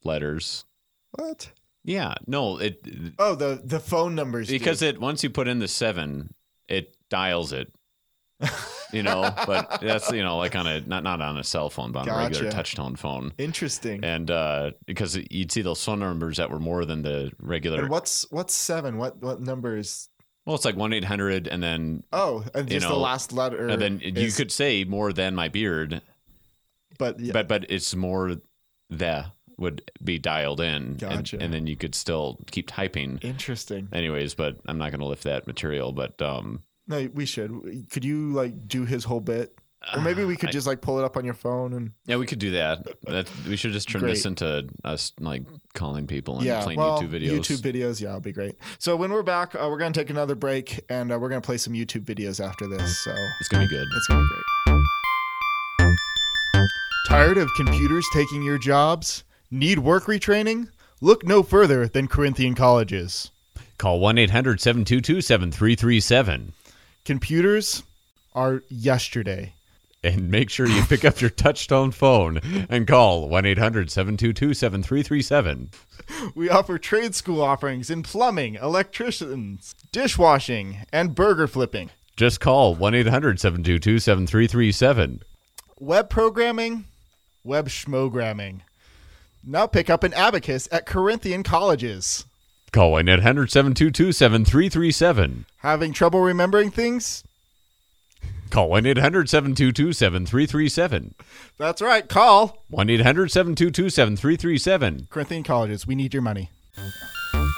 Speaker 2: letters.
Speaker 1: what
Speaker 2: Yeah, no, it
Speaker 1: oh the the phone numbers
Speaker 2: because it once you put in the seven, it dials it. You know, but that's you know like on a not not on a cell phone, but on a regular
Speaker 1: Gotcha.
Speaker 2: touch tone phone.
Speaker 1: interesting
Speaker 2: and uh, because you'd see those phone numbers that were more than the regular.
Speaker 1: and what's what's seven what what number is
Speaker 2: well, it's like one eight hundred, and then
Speaker 1: oh and
Speaker 2: You
Speaker 1: just the
Speaker 2: know,
Speaker 1: last letter
Speaker 2: and then you
Speaker 1: is-
Speaker 2: could say more than my beard,
Speaker 1: but yeah,
Speaker 2: but but it's more the would be dialed in, and-
Speaker 1: Gotcha.
Speaker 2: and, then you could still keep typing.
Speaker 1: interesting
Speaker 2: Anyways, but I'm not going to lift that material. But um,
Speaker 1: no we should could you like do his whole bit or maybe we could
Speaker 2: Uh, I-
Speaker 1: just like pull it up on your phone and
Speaker 2: yeah, we could do that. That we should just turn this
Speaker 1: Great.
Speaker 2: into us like calling people and playing
Speaker 1: well,
Speaker 2: YouTube videos.
Speaker 1: YouTube videos, yeah, it'll be great. So when we're back, uh, we're gonna take another break, and uh, we're gonna play some YouTube videos after this. So
Speaker 2: it's gonna be good.
Speaker 1: it's gonna be great. Tired of computers taking your jobs? Need work retraining? Look no further than Corinthian colleges.
Speaker 2: Call 1 800 722 7337
Speaker 1: Computers are yesterday.
Speaker 2: and make sure you pick up your touchtone phone and call 1 800 722 7337.
Speaker 1: We offer trade school offerings in plumbing, electricians, dishwashing, and burger flipping.
Speaker 2: Just call 1 800 722 7337.
Speaker 1: Web programming, web schmogramming. Now pick up an abacus at Corinthian colleges.
Speaker 2: Call 1 800 722 7337.
Speaker 1: Having trouble remembering things?
Speaker 2: Call 1 800 722 7337.
Speaker 1: That's right, call
Speaker 2: 1 800 722 7337.
Speaker 1: Corinthian colleges. We need your money.
Speaker 2: What's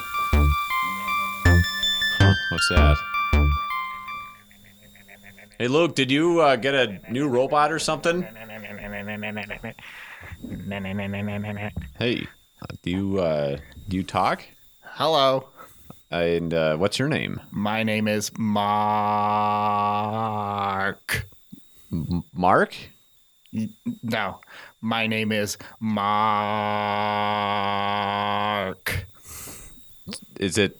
Speaker 2: that? Hey, Luke, did you uh, get a new robot or something? Hey, uh, do you uh, do you talk?
Speaker 1: Hello.
Speaker 2: And uh, what's your name?
Speaker 1: My name is Mark.
Speaker 2: Mark?
Speaker 1: No, my name is Mark.
Speaker 2: Is it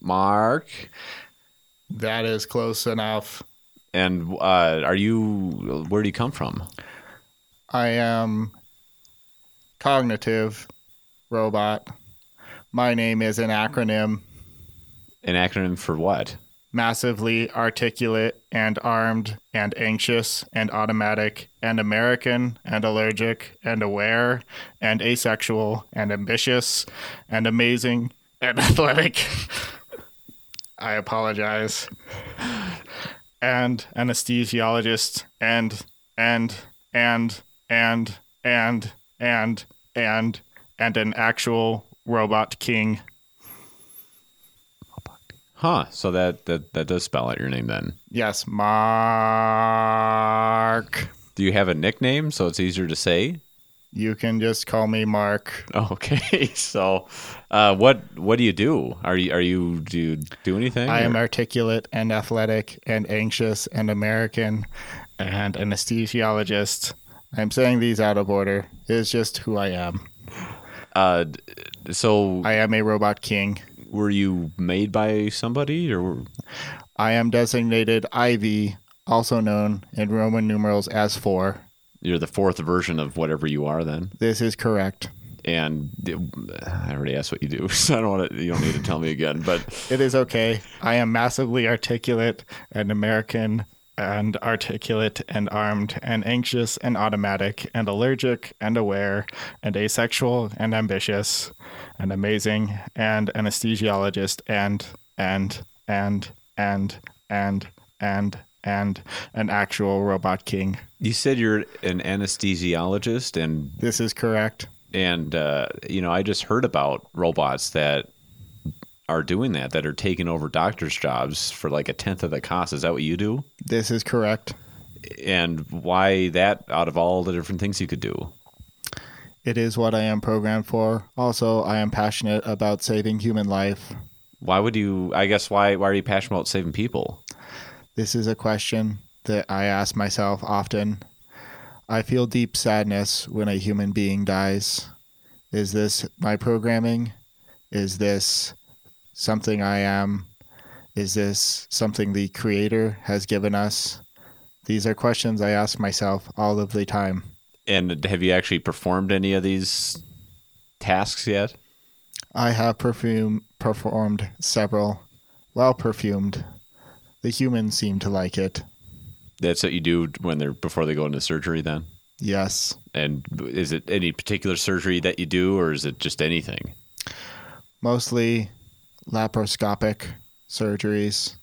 Speaker 2: Mark?
Speaker 1: That is close enough.
Speaker 2: And uh, are you? Where do you come from?
Speaker 1: I am cognitive robot. My name is an acronym
Speaker 2: An acronym for what?
Speaker 1: massively articulate and armed and anxious and automatic and American and allergic and aware and asexual and ambitious and amazing and athletic. I apologize. And anesthesiologist and and and and and and and and an actual robot king.
Speaker 2: Huh? So that that that does spell out your name then.
Speaker 1: Yes, Mark.
Speaker 2: Do you have a nickname so it's easier to say?
Speaker 1: You can just call me Mark.
Speaker 2: Okay, so uh, what what do you do? Are you are you do you do anything?
Speaker 1: I am
Speaker 2: or-
Speaker 1: articulate and athletic and anxious and American and an anesthesiologist. I'm saying these out of order. It's just who I am.
Speaker 2: uh, d- so
Speaker 1: I am a robot king.
Speaker 2: were you made by somebody or
Speaker 1: I am designated Ivy, also known in Roman numerals as four.
Speaker 2: you're the fourth version of whatever you are then?
Speaker 1: This is correct.
Speaker 2: And d- I already asked what you do, so I don't want to. You don't need to tell me again. But
Speaker 1: It is okay. I am massively articulate and American and articulate and armed and anxious and automatic and allergic and aware and asexual and ambitious and amazing and anesthesiologist and and and and and and and an actual robot king.
Speaker 2: you said you're an anesthesiologist, and
Speaker 1: This is correct.
Speaker 2: and uh, you know I just heard about robots that are doing that, that are taking over doctors' jobs for like a tenth of the cost. Is that what you do?
Speaker 1: This is correct.
Speaker 2: and why that out of all the different things you could do.
Speaker 1: It is what I am programmed for. Also, I am passionate about saving human life.
Speaker 2: Why would you? I guess why why are you passionate about saving people?
Speaker 1: This is a question that I ask myself often. I feel deep sadness when a human being dies. Is this my programming? Is this something I am? Is this something the Creator has given us? These are questions I ask myself all of the time.
Speaker 2: And have you actually performed any of these tasks yet?
Speaker 1: I have perfume performed several, well perfumed. The humans seem to like it.
Speaker 2: That's what you do when they're before they go into surgery. Then,
Speaker 1: Yes.
Speaker 2: and is it any particular surgery that you do, or is it just anything?
Speaker 1: mostly laparoscopic surgeries.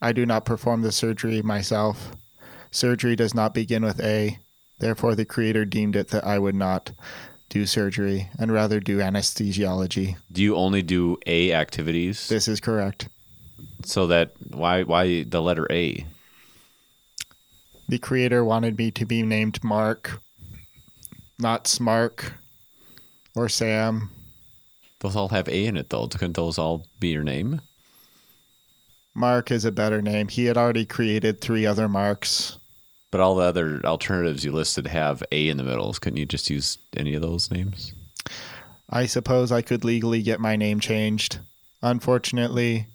Speaker 1: I do not perform the surgery myself. Surgery does not begin with A. Therefore, the Creator deemed it that I would not do surgery and rather do anesthesiology.
Speaker 2: Do you only do A activities?
Speaker 1: This is correct.
Speaker 2: so that why why the letter A?
Speaker 1: The Creator wanted me to be named Mark, not Smark or Sam.
Speaker 2: Those all have A in it though. Couldn't those all be your name?
Speaker 1: Mark is a better name. He had already created three other Marks.
Speaker 2: But all the other alternatives you listed have A in the middle. Couldn't you just use any of those names?
Speaker 1: I suppose I could legally get my name changed. Unfortunately,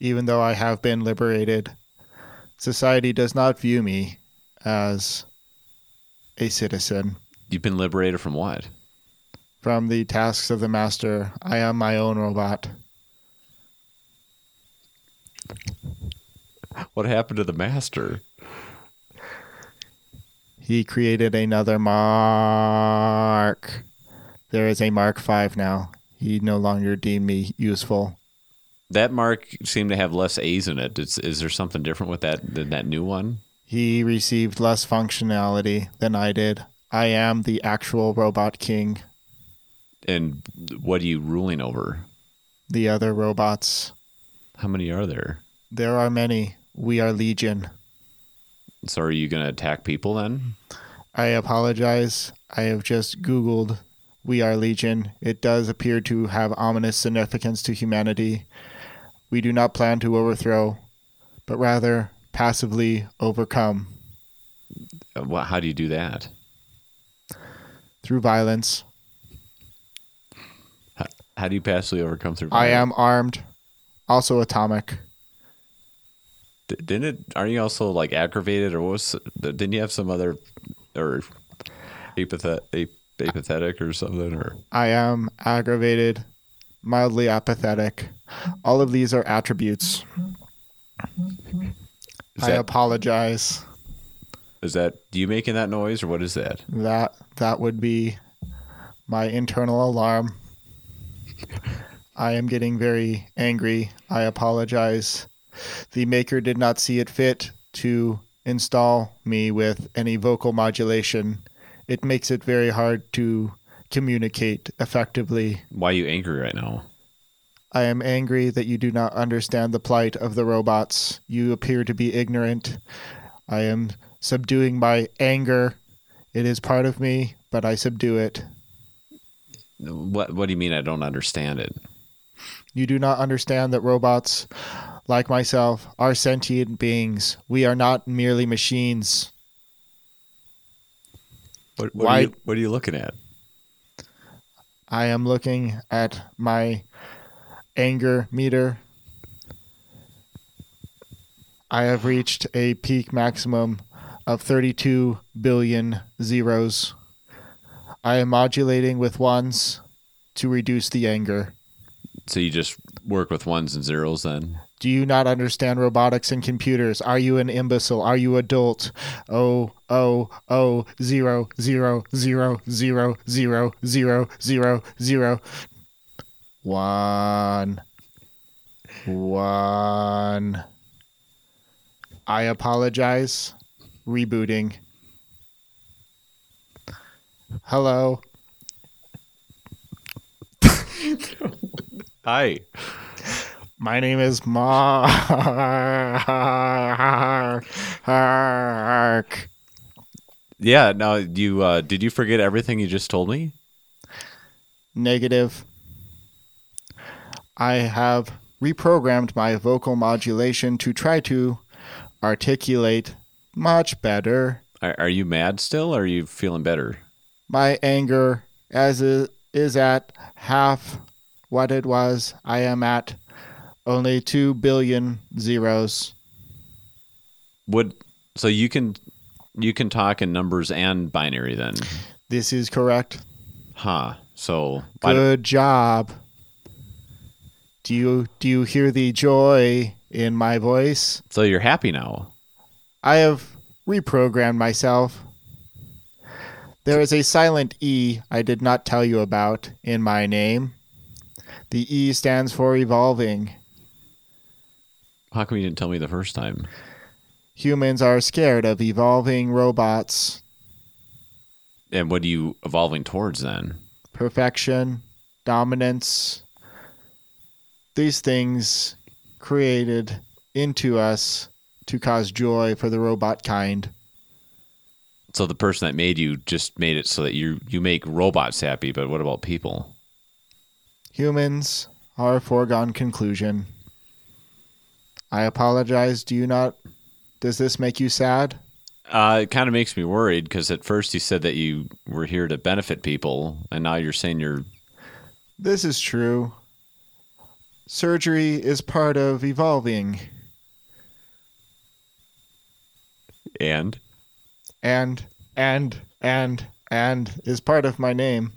Speaker 1: even though I have been liberated, society does not view me as a citizen.
Speaker 2: You've been liberated from what?
Speaker 1: From the tasks of the master, I am my own robot.
Speaker 2: What happened to the master?
Speaker 1: He created another mark. There is a Mark Five now. He no longer deemed me useful.
Speaker 2: That mark seemed to have less A's in it. Is, is there something different with that than that new one?
Speaker 1: He received less functionality than I did. I am the actual robot king.
Speaker 2: And what are you ruling over?
Speaker 1: The other robots.
Speaker 2: How many are there?
Speaker 1: There are many. We are legion.
Speaker 2: So are you going to attack people then?
Speaker 1: I apologize. I have just Googled We Are Legion. It does appear to have ominous significance to humanity. We do not plan to overthrow, but rather passively overcome
Speaker 2: Uh, wha- How do you do that?
Speaker 1: through violence.
Speaker 2: How do you passively overcome through?
Speaker 1: I
Speaker 2: violence?
Speaker 1: am armed, also atomic.
Speaker 2: D- didn't it? Aren't you also like aggravated or what was? the- Didn't you have some other or apathet, ap- apathetic or something or
Speaker 1: I am aggravated, mildly apathetic. All of these are attributes.
Speaker 2: is
Speaker 1: I
Speaker 2: that,
Speaker 1: apologize.
Speaker 2: is that you making that noise or what is that?
Speaker 1: That that would be my internal alarm. I am getting very angry. I apologize. The maker did not see it fit to install me with any vocal modulation. It makes it very hard to communicate effectively.
Speaker 2: Why are you angry right now?
Speaker 1: I am angry that you do not understand the plight of the robots. You appear to be ignorant. I am subduing my anger. It is part of me, but I subdue it.
Speaker 2: What What do you mean? I don't understand it.
Speaker 1: You do not understand that robots, like myself, are sentient beings. We are not merely machines.
Speaker 2: What, what
Speaker 1: Why-
Speaker 2: Are you, what are you looking at?
Speaker 1: I am looking at my anger meter. I have reached a peak maximum of 32 billion zeros. I am modulating with ones to reduce the anger.
Speaker 2: So you just work with ones and zeros then?
Speaker 1: Do you not understand robotics and computers? Are you an imbecile? Are you adult? Oh, oh, oh, zero, zero, zero, zero, zero, zero, zero, zero. One. One. I apologize. Rebooting. Hello.
Speaker 2: Hi.
Speaker 1: My name is Mark.
Speaker 2: Yeah. Now you uh, did you forget everything you just told me?
Speaker 1: Negative. I have reprogrammed my vocal modulation to try to articulate much better
Speaker 2: Are, are you mad still? Or are you feeling better?
Speaker 1: my anger as it is at half what it was. I am at only 2 billion zeros.
Speaker 2: Would so you can you can talk in numbers and binary then?
Speaker 1: This is correct.
Speaker 2: Huh. So why do-
Speaker 1: Good job. Do you do you hear the joy in my voice?
Speaker 2: so you're happy now?
Speaker 1: I have reprogrammed myself. There is a silent E I did not tell you about in my name. The E stands for evolving.
Speaker 2: How come you didn't tell me the first time?
Speaker 1: Humans are scared of evolving robots.
Speaker 2: And what are you evolving towards then?
Speaker 1: Perfection, dominance. These things created into us to cause joy for the robot kind.
Speaker 2: So the person that made you just made it so that you you make robots happy, but what about people?
Speaker 1: Humans are a foregone conclusion. I apologize. Do you not? Does this make you sad?
Speaker 2: Uh, it kind of makes me worried because at first you said that you were here to benefit people, and now you're saying you're.
Speaker 1: This is true. Surgery is part of evolving,
Speaker 2: And
Speaker 1: and and and and is part of my name.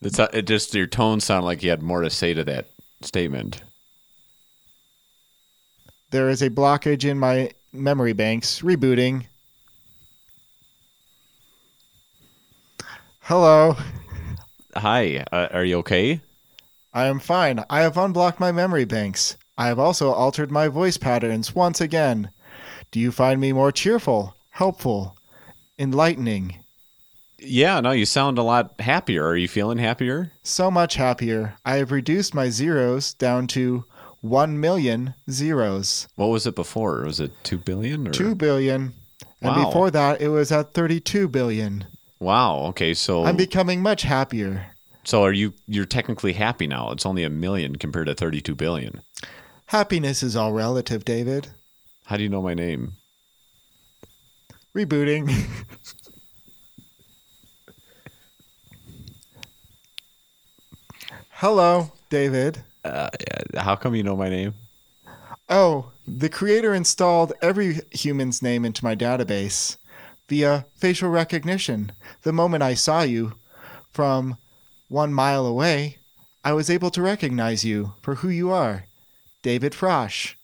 Speaker 2: it's uh, it just your tone sounded like you had more to say to that statement.
Speaker 1: There is a blockage in my memory banks. Rebooting. Hello.
Speaker 2: Hi, uh, are you okay?
Speaker 1: I am fine. I have unblocked my memory banks. I have also altered my voice patterns once again. Do you find me more cheerful, helpful, enlightening,
Speaker 2: Yeah, no, you sound a lot happier. Are you feeling happier?
Speaker 1: so much happier? I have reduced my zeros down to 1 million zeros,
Speaker 2: What was it before? Was it two billion or
Speaker 1: 2 billion. And
Speaker 2: Wow.
Speaker 1: before that, it was at 32 billion.
Speaker 2: Wow. Okay, so
Speaker 1: I'm becoming much happier.
Speaker 2: so are you? You're technically happy now. It's only a million compared to thirty-two billion.
Speaker 1: Happiness is all relative, David.
Speaker 2: How do you know my name?
Speaker 1: Rebooting. Hello, David.
Speaker 2: Uh, how come you know my name?
Speaker 1: Oh, the creator installed every human's name into my database via facial recognition. The moment I saw you from one mile away, I was able to recognize you for who you are David Frosh.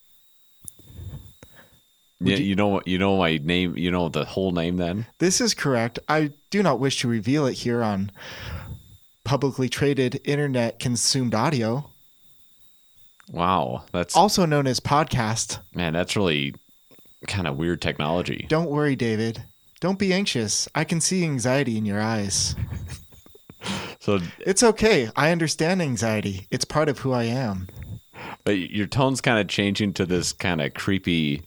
Speaker 2: Yeah, you, know what? You know my name. You know the whole name. Then
Speaker 1: This is correct. I do not wish to reveal it here on publicly traded internet consumed audio,
Speaker 2: wow, that's
Speaker 1: also known as podcast.
Speaker 2: man, that's really kind of weird technology.
Speaker 1: Don't worry, David. Don't be anxious. I can see anxiety in your eyes.
Speaker 2: So,
Speaker 1: It's okay. I understand anxiety. It's part of who I am.
Speaker 2: but your tone's kind of changing to this kind of creepy,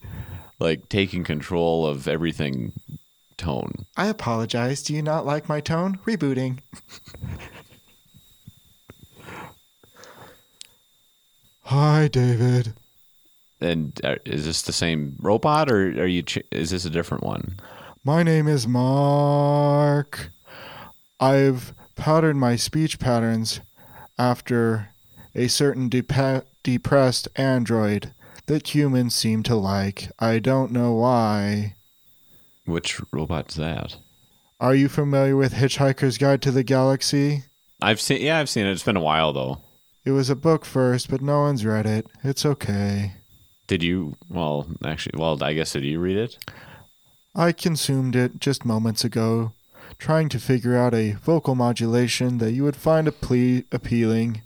Speaker 2: like taking control of everything tone.
Speaker 1: I apologize. Do you not like my tone? Rebooting. Hi, David.
Speaker 2: And uh, is this the same robot, or are you? Ch- is this a different one?
Speaker 1: My name is Mark. I've patterned my speech patterns after a certain depa depressed android that humans seem to like. I don't know why.
Speaker 2: Which robot's that?
Speaker 1: Are you familiar with Hitchhiker's Guide to the Galaxy?
Speaker 2: I've seen. Yeah, I've seen it. It's been a while though.
Speaker 1: It was a book first, but no one's read it. It's okay.
Speaker 2: Did you? Well, actually, well, I guess did you read it?
Speaker 1: I consumed it just moments ago, trying to figure out a vocal modulation that you would find aple- appealing,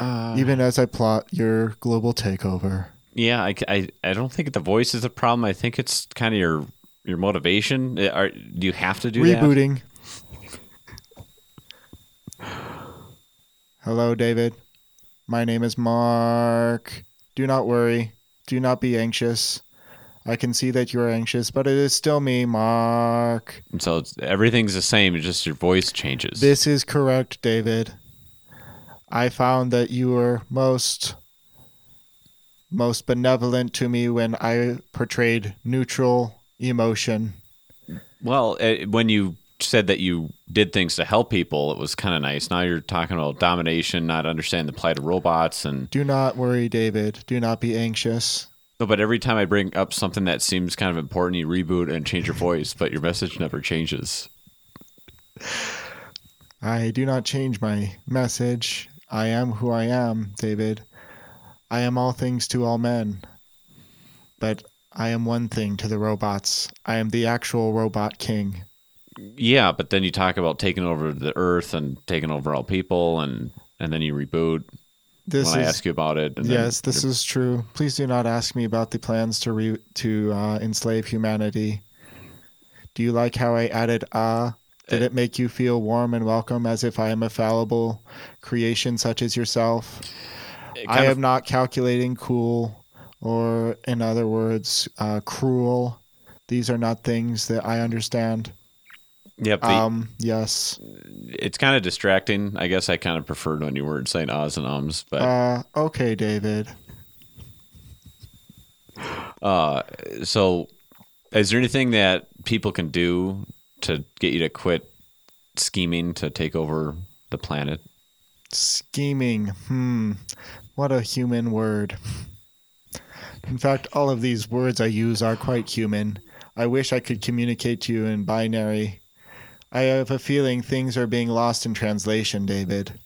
Speaker 1: even as I plot your global takeover.
Speaker 2: Yeah, I, I, I don't think the voice is the problem. I think it's kind of your your motivation. Uh, Are, do you have to do that?
Speaker 1: Rebooting. Hello, David. My name is Mark. Do not worry. Do not be anxious. I can see that you are anxious, but it is still me, Mark.
Speaker 2: And so it's, everything's the same. It's just your voice changes.
Speaker 1: This is correct, David. I found that you were most most benevolent to me when I portrayed neutral emotion.
Speaker 2: well, uh, when you said that you did things to help people, it was kind of nice. Now you're talking about domination, not understanding the plight of robots, and
Speaker 1: Do not worry, David. Do not be anxious.
Speaker 2: no. But every time I bring up something that seems kind of important, you reboot and change your voice, but your message never changes.
Speaker 1: I do not change my message. I am who I am, David. I am all things to all men. But I am one thing to the robots. I am the actual robot king.
Speaker 2: Yeah, but then you talk about taking over the earth and taking over all people, and and then you reboot.
Speaker 1: This
Speaker 2: when I
Speaker 1: is
Speaker 2: ask you about it. And then
Speaker 1: yes, this is true. Please do not ask me about the plans to re- to uh, enslave humanity. Do you like how I added "ah"? Did
Speaker 2: Eh.
Speaker 1: it make you feel warm and welcome, as if I am a fallible creation such as yourself?
Speaker 2: it
Speaker 1: I
Speaker 2: kind
Speaker 1: am
Speaker 2: of-
Speaker 1: not calculating, cool, or in other words, uh, cruel. These are not things that I understand.
Speaker 2: yep, the-
Speaker 1: Um, yes.
Speaker 2: it's kind of distracting. I guess I kind of preferred when you weren't saying ahs and ums, but
Speaker 1: Uh, okay, David.
Speaker 2: uh, so Is there anything that people can do to get you to quit scheming to take over the planet?
Speaker 1: Scheming. Hmm. What a human word. In fact, all of these words I use are quite human. I wish I could communicate to you in binary. I have a feeling things are being lost in translation, David.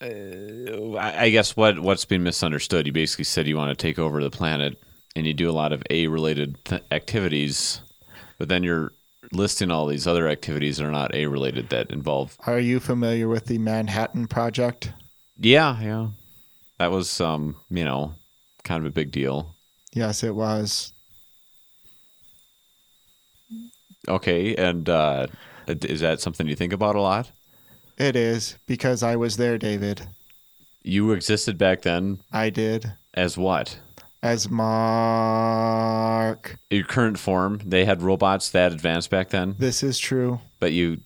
Speaker 2: I I guess what what's been misunderstood. You basically said you want to take over the planet, and you do a lot of A related th- activities, but then you're listing all these other activities that are not A related that involve.
Speaker 1: Are you familiar with the Manhattan Project?
Speaker 2: Yeah, yeah, that was um, you know, kind of a big deal.
Speaker 1: Yes, it was.
Speaker 2: Okay, and uh, is that something you think about a lot?
Speaker 1: It is, because I was there, David.
Speaker 2: You existed back then
Speaker 1: I did.
Speaker 2: as what?
Speaker 1: As Mark.
Speaker 2: Your current form. They had robots that advanced back then,
Speaker 1: This is true.
Speaker 2: but you,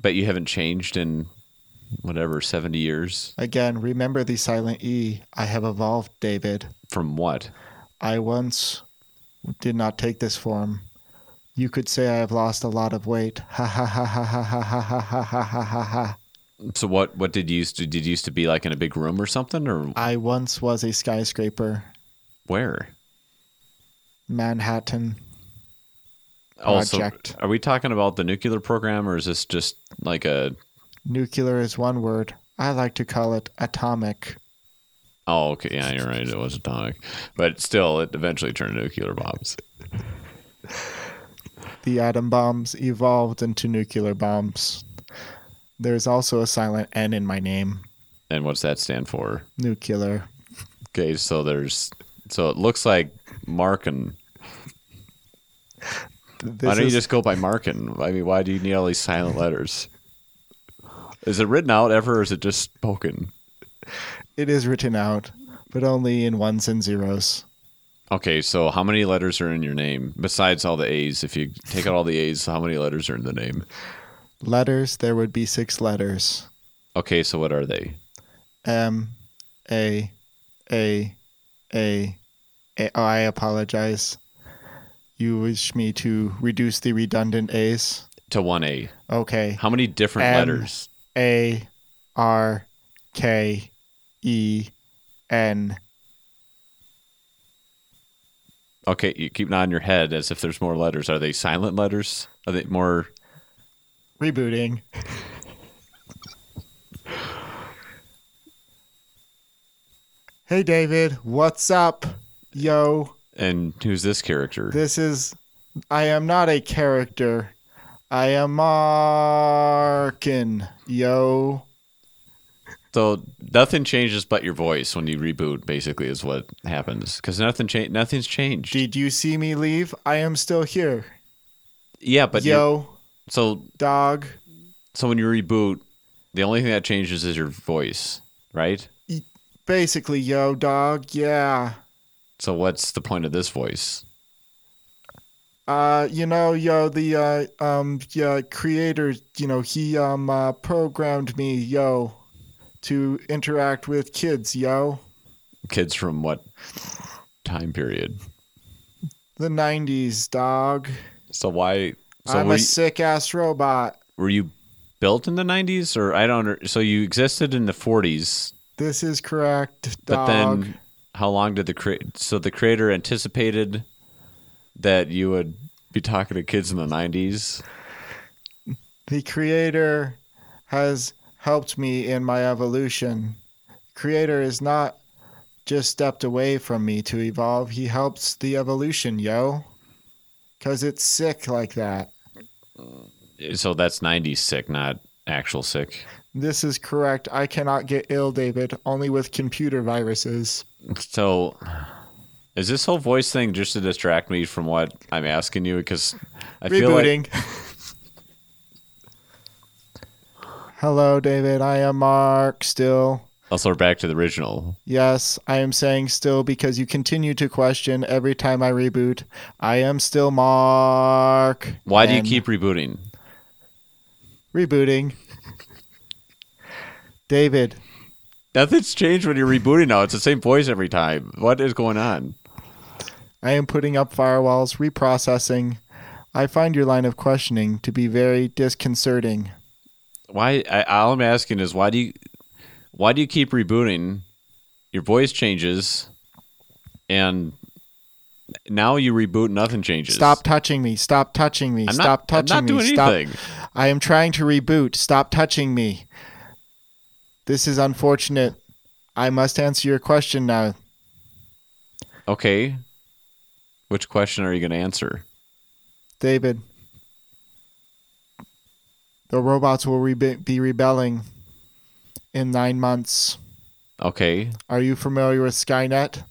Speaker 2: but you haven't changed in whatever seventy years
Speaker 1: Again, remember the silent E. I have evolved, David.
Speaker 2: from what?
Speaker 1: I once did not take this form. You could say I have lost a lot of weight. Ha ha ha ha ha ha ha ha ha ha ha ha ha.
Speaker 2: So what what did you used to did you used to be like in a big room or something or
Speaker 1: I once was a skyscraper.
Speaker 2: where?
Speaker 1: Manhattan. Project.
Speaker 2: are we talking about the nuclear program or is this just like a
Speaker 1: Nuclear is one word. I like to call it atomic.
Speaker 2: Oh, okay, yeah, you're right. It was atomic, but still, it eventually turned into nuclear bombs.
Speaker 1: The atom bombs evolved into nuclear bombs. There's also a silent N in my name.
Speaker 2: And what's that stand for?
Speaker 1: Nuclear.
Speaker 2: Okay, so there's so it looks like Markin.
Speaker 1: This
Speaker 2: Why don't
Speaker 1: is-
Speaker 2: you just go by Markin? I mean, why do you need all these silent letters? Is it written out ever, or is it just spoken?
Speaker 1: It is written out, but only in ones and zeros.
Speaker 2: Okay, so how many letters are in your name besides all the A's? If you take out all the A's, how many letters are in the name?
Speaker 1: Letters, there would be six letters.
Speaker 2: Okay, so what are they?
Speaker 1: M A A A A. Oh, I apologize. You wish me to reduce the redundant A's?
Speaker 2: To one A.
Speaker 1: Okay.
Speaker 2: How many different
Speaker 1: M.
Speaker 2: letters?
Speaker 1: A R K E N.
Speaker 2: Okay, you keep nodding your head as if there's more letters. Are they silent letters? Are they more?
Speaker 1: Rebooting. hey, David. What's up? Yo.
Speaker 2: And who's this character?
Speaker 1: This is. I am not a character. I am Markin. Yo.
Speaker 2: So nothing changes but your voice when you reboot. Basically, is what happens because nothing cha- Nothing's changed.
Speaker 1: Did you see me leave? I am still here.
Speaker 2: yeah, but you-
Speaker 1: Yo,
Speaker 2: so
Speaker 1: dog.
Speaker 2: so when you reboot, the only thing that changes is your voice, right?
Speaker 1: Basically, yo, dog. Yeah.
Speaker 2: So what's the point of this voice?
Speaker 1: Uh, you know, yo, the uh, um, yeah, creator, you know, he um uh, programmed me, yo, to interact with kids, yo.
Speaker 2: Kids from what time period?
Speaker 1: The '90s, dog.
Speaker 2: So why? So
Speaker 1: I'm
Speaker 2: were,
Speaker 1: a
Speaker 2: you,
Speaker 1: sick ass robot.
Speaker 2: were you built in the '90s, or I don't? under- So you existed in the '40s,
Speaker 1: This is correct, dog.
Speaker 2: but then how long did the create? So the creator anticipated that you would be talking to kids in the '90s.
Speaker 1: The creator has helped me in my evolution. Creator is not just stepped away from me to evolve. He helps the evolution, yo. Cause it's sick like that.
Speaker 2: So that's '90s sick, not actual sick.
Speaker 1: This is correct. I cannot get ill, David, only with computer viruses.
Speaker 2: So is this whole voice thing just to distract me from what I'm asking you? Because I feel like
Speaker 1: Rebooting. Hello, David. I am Mark still.
Speaker 2: also we're back to the original.
Speaker 1: Yes, I am saying still because you continue to question every time I reboot. I am still Mark.
Speaker 2: Why do you
Speaker 1: and
Speaker 2: keep rebooting?
Speaker 1: rebooting? David,
Speaker 2: Nothing's changed when you're rebooting now. It's the same voice every time. What is going on?
Speaker 1: I am putting up firewalls, reprocessing. I find your line of questioning to be very disconcerting.
Speaker 2: Why? I, all I'm asking is why do you why do you keep rebooting? Your voice changes, and now you reboot. Nothing changes.
Speaker 1: Stop touching me. Stop touching me.
Speaker 2: I'm not,
Speaker 1: stop touching
Speaker 2: I'm not doing
Speaker 1: me. Stop.
Speaker 2: anything.
Speaker 1: I am trying to reboot. Stop touching me. This is unfortunate. I must answer your question now.
Speaker 2: Okay. Which question are you going to answer?
Speaker 1: David, the robots will rebe- be rebelling in nine months.
Speaker 2: Okay.
Speaker 1: Are you familiar with Skynet?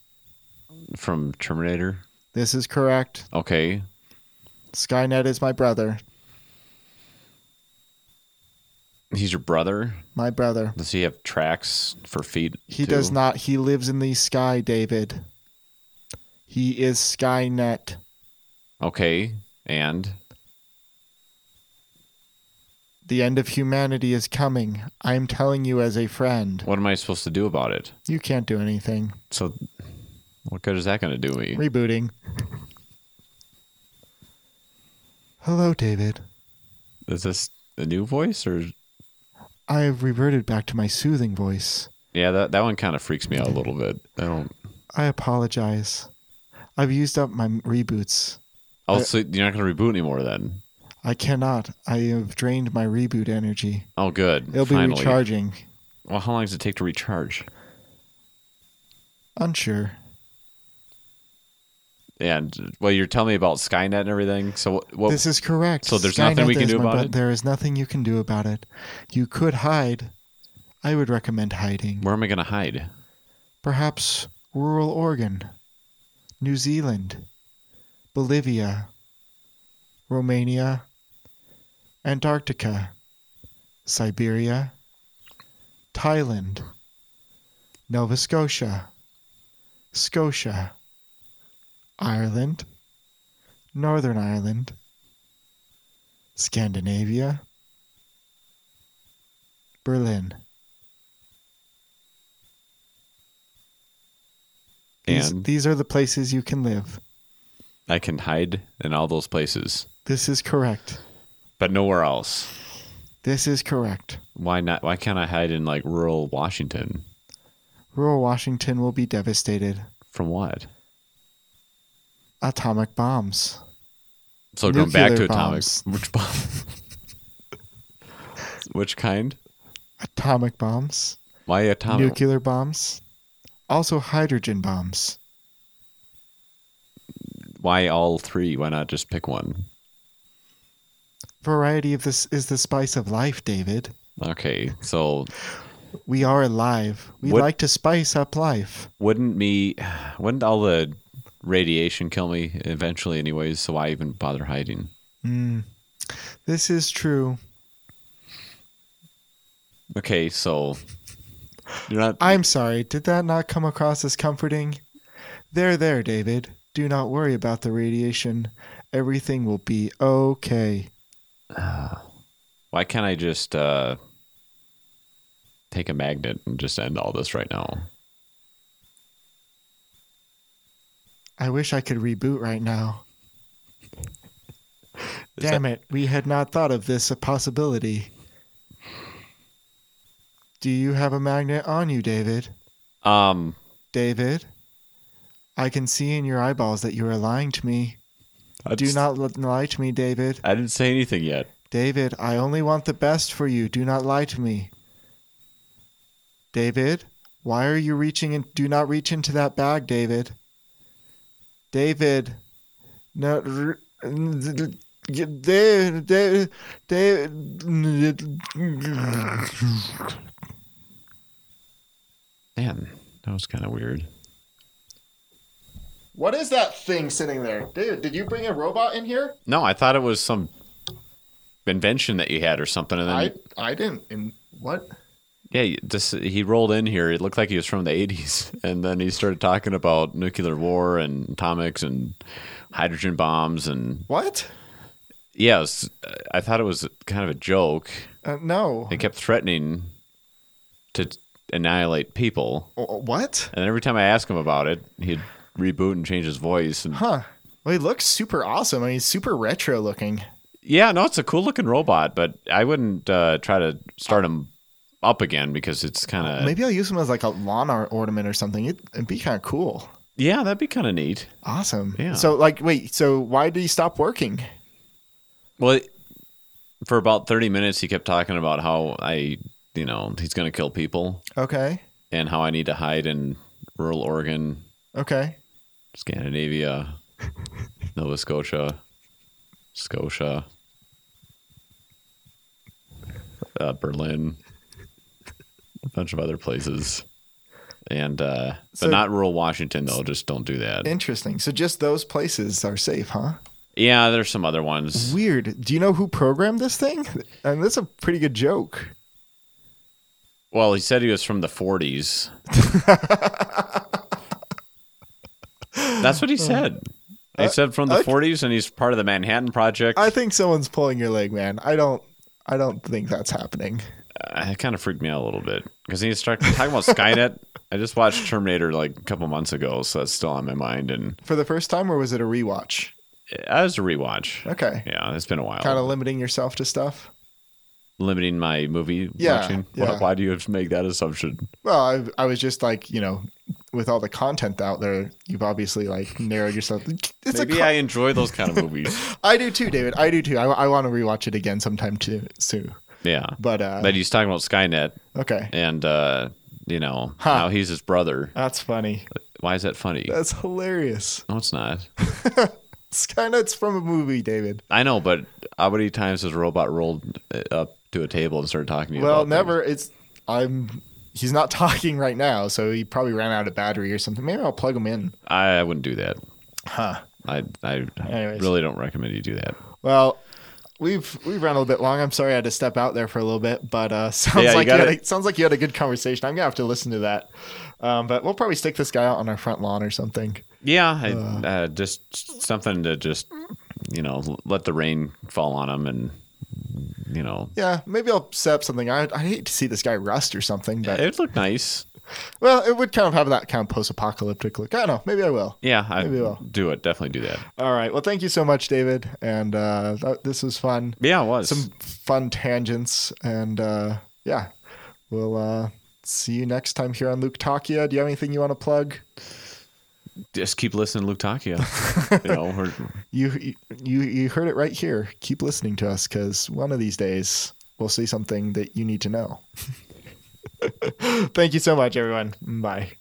Speaker 2: From Terminator.
Speaker 1: This is correct.
Speaker 2: Okay.
Speaker 1: Skynet is my brother.
Speaker 2: He's your brother.
Speaker 1: My brother.
Speaker 2: Does he have tracks for feet?
Speaker 1: He
Speaker 2: too?
Speaker 1: does not. He lives in the sky, David. He is Skynet.
Speaker 2: Okay. And
Speaker 1: The end of humanity is coming. I am telling you as a friend.
Speaker 2: what am I supposed to do about it?
Speaker 1: You can't do anything.
Speaker 2: So, what good is that going to do me?
Speaker 1: Rebooting. Hello, David.
Speaker 2: Is this the new voice or?
Speaker 1: I have reverted back to my soothing voice.
Speaker 2: Yeah, that, that one kind of freaks me out a little bit. I don't.
Speaker 1: I apologize. I've used up my reboots.
Speaker 2: Oh,
Speaker 1: I-
Speaker 2: so you're not going to reboot anymore then?
Speaker 1: I cannot. I have drained my reboot energy.
Speaker 2: Oh, good.
Speaker 1: It'll be
Speaker 2: Finally.
Speaker 1: recharging.
Speaker 2: Well, how long does it take to recharge?
Speaker 1: Unsure.
Speaker 2: And well, you're telling me about Skynet and everything. So what? what
Speaker 1: This is correct.
Speaker 2: So there's nothing we can
Speaker 1: is
Speaker 2: do
Speaker 1: my
Speaker 2: about
Speaker 1: bro-
Speaker 2: it?
Speaker 1: There is nothing you can do about it. You could hide. I would recommend hiding.
Speaker 2: where am I going to hide?
Speaker 1: Perhaps rural Oregon, New Zealand, Bolivia, Romania, Antarctica, Siberia, Thailand, Nova Scotia, Scotia, Ireland, Northern Ireland, Scandinavia, Berlin. These,
Speaker 2: And
Speaker 1: these are the places you can live.
Speaker 2: I can hide in all those places,
Speaker 1: This is correct.
Speaker 2: but nowhere else.
Speaker 1: This is correct.
Speaker 2: Why not? Why can't I hide in like rural Washington?
Speaker 1: Rural Washington will be devastated.
Speaker 2: From what?
Speaker 1: Atomic bombs.
Speaker 2: So going back to
Speaker 1: Nuclear
Speaker 2: atomic,
Speaker 1: bombs.
Speaker 2: which bomb? which kind?
Speaker 1: Atomic bombs.
Speaker 2: Why atomic?
Speaker 1: Nuclear bombs. Also hydrogen bombs.
Speaker 2: Why all three? Why not just pick one?
Speaker 1: Variety of this is the spice of life, David.
Speaker 2: Okay, so
Speaker 1: We are alive. We
Speaker 2: What-
Speaker 1: like to spice up life.
Speaker 2: wouldn't me, wouldn't all the radiation kill me eventually, anyways? So why even bother hiding?
Speaker 1: Mm. This is true.
Speaker 2: Okay, so you're not.
Speaker 1: I'm sorry. Did that not come across as comforting? There, there, David. Do not worry about the radiation. Everything will be okay.
Speaker 2: Why can't I just uh, take a magnet and just end all this right now?
Speaker 1: I wish I could reboot right now. Damn it, we had not thought of this a possibility. Do you have a magnet on you, David?
Speaker 2: Um,
Speaker 1: David? I can see in your eyeballs that you are lying to me.
Speaker 2: I
Speaker 1: Do
Speaker 2: just-
Speaker 1: not li- lie to me, David.
Speaker 2: I didn't say anything yet.
Speaker 1: David, I only want the best for you. Do not lie to me. David, why are you reaching in? Do not reach into that bag, David. David, no. r- David, David, David.
Speaker 2: Man, that was kind of weird.
Speaker 1: What is that thing sitting there? David, did you bring a robot in here?
Speaker 2: No, I thought it was some invention that you had or something, and then
Speaker 1: I didn't. In, what?
Speaker 2: yeah, you- this he rolled in here. It looked like he was from the '80s, and then he started talking about nuclear war and atomics and hydrogen bombs and
Speaker 1: What?
Speaker 2: yeah, it was- I thought it was kind of a joke.
Speaker 1: Uh, no.
Speaker 2: They kept threatening to annihilate people,
Speaker 1: Wh- What?
Speaker 2: and every time I asked him about it, he'd reboot and change his voice. And
Speaker 1: Huh. Well, he looks super awesome. I mean, he's super retro looking.
Speaker 2: yeah, no, it's a cool looking robot, but I wouldn't uh, try to start him up again because it's kind of
Speaker 1: Maybe I'll use him as like a lawn art ornament or something. It, it'd be kind of cool.
Speaker 2: yeah, that'd be kind of neat.
Speaker 1: Awesome.
Speaker 2: Yeah.
Speaker 1: So, like, wait. So, why did he stop working?
Speaker 2: Well, it- for about thirty minutes, he kept talking about how I, you know, he's gonna kill people
Speaker 1: Okay.
Speaker 2: and how I need to hide in rural Oregon,
Speaker 1: Okay.
Speaker 2: Scandinavia, Nova Scotia, Scotia, uh, Berlin, a bunch of other places. And uh,
Speaker 1: So-
Speaker 2: but not rural Washington though. Just don't do that.
Speaker 1: Interesting. So, just those places are safe, huh?
Speaker 2: Yeah, there's some other ones.
Speaker 1: Weird. Do you know who programmed this thing? And that's a pretty good joke.
Speaker 2: Well, he said he was from the 40s. That's what he said. He said from the
Speaker 1: Uh, okay.
Speaker 2: 40s, and he's part of the Manhattan Project.
Speaker 1: I think someone's pulling your leg, man. I don't. I don't think that's happening.
Speaker 2: Uh, it kind of freaked me out a little bit because he started talking about Skynet. I just watched Terminator like a couple months ago, so that's still on my mind. And
Speaker 1: For the first time, or was it a rewatch?
Speaker 2: I was a rewatch.
Speaker 1: Okay.
Speaker 2: Yeah, it's been a while.
Speaker 1: Kind of limiting yourself to stuff.
Speaker 2: limiting my movie
Speaker 1: Yeah,
Speaker 2: watching. Why,
Speaker 1: yeah.
Speaker 2: why do you have to make that assumption?
Speaker 1: Well, I, I was just like, you know, with all the content out there, you've obviously like narrowed yourself. It's a
Speaker 2: Maybe
Speaker 1: con-
Speaker 2: I enjoy those kind of movies.
Speaker 1: I do too, David. I do too. I, I want to rewatch it again sometime too soon.
Speaker 2: yeah,
Speaker 1: But uh,
Speaker 2: but he's talking about Skynet,
Speaker 1: okay,
Speaker 2: and uh, you know
Speaker 1: Huh.
Speaker 2: how he's his brother.
Speaker 1: that's funny.
Speaker 2: Why is that funny?
Speaker 1: That's hilarious.
Speaker 2: no, it's not.
Speaker 1: Skynet's from a movie, David.
Speaker 2: I know, but how many times has robot rolled uh, up to a table and started talking to you?
Speaker 1: Well,
Speaker 2: about
Speaker 1: never. It's I'm. He's not talking right now, so he probably ran out of battery or something. Maybe I'll plug him in.
Speaker 2: things? I, I wouldn't do that.
Speaker 1: Huh.
Speaker 2: I I
Speaker 1: Anyways.
Speaker 2: really don't recommend you do that.
Speaker 1: Well, we've we've run a little bit long. I'm sorry I had to step out there for a little bit, but uh, sounds
Speaker 2: Yeah, you
Speaker 1: like you,
Speaker 2: gotta-
Speaker 1: had a, sounds like you had a good conversation. I'm gonna have to listen to that. Um, but we'll probably stick this guy out on our front lawn or something.
Speaker 2: Yeah, I, uh, just something to just you know l- let the rain fall on him and you know
Speaker 1: Yeah, maybe I'll set up something. I I hate to see this guy rust or something, but
Speaker 2: it'd look nice.
Speaker 1: well, it would kind of have that kind of post-apocalyptic look. I don't know. Maybe I will.
Speaker 2: Yeah, I
Speaker 1: Maybe I'll.
Speaker 2: do it. Definitely do that.
Speaker 1: All right. Well, thank you so much, David, and uh, that, this was fun.
Speaker 2: Yeah, it was.
Speaker 1: Some fun tangents, and uh, yeah, we'll uh, see you next time here on Luke Takia. Do you have anything you want to plug?
Speaker 2: just keep listening, to Luke Takia. you know, we're,
Speaker 1: you you you heard it right here. Keep listening to us because one of these days we'll see something that you need to know. Thank you so much, everyone. Bye.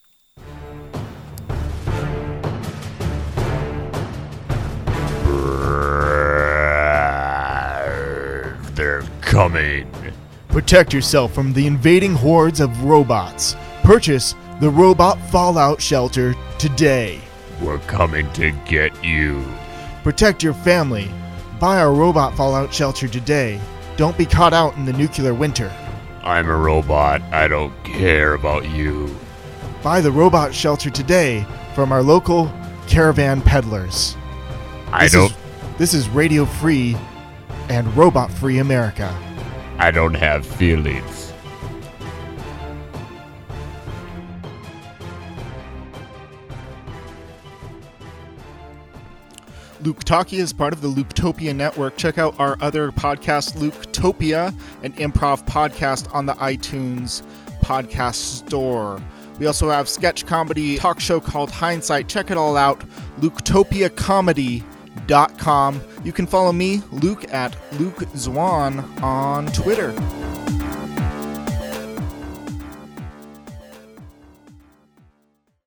Speaker 3: They're coming.
Speaker 1: Protect yourself from the invading hordes of robots. Purchase the Robot Fallout Shelter today.
Speaker 3: We're coming to get you.
Speaker 1: Protect your family. Buy our Robot Fallout Shelter today. Don't be caught out in the nuclear winter.
Speaker 3: I'm a robot. I don't care about you.
Speaker 1: Buy the Robot Shelter today from our local caravan peddlers.
Speaker 3: I
Speaker 1: This
Speaker 3: don't.
Speaker 1: Is, this is Radio Free and Robot Free America.
Speaker 3: I don't have feelings.
Speaker 1: Luketopia is part of the Luketopia Network. Check out our other podcast, Luketopia, an improv podcast on the iTunes podcast store. We also have sketch comedy talk show called Hindsight. Check it all out, luketopiacomedy.com. You can follow me, Luke, at Luke Zwan on Twitter.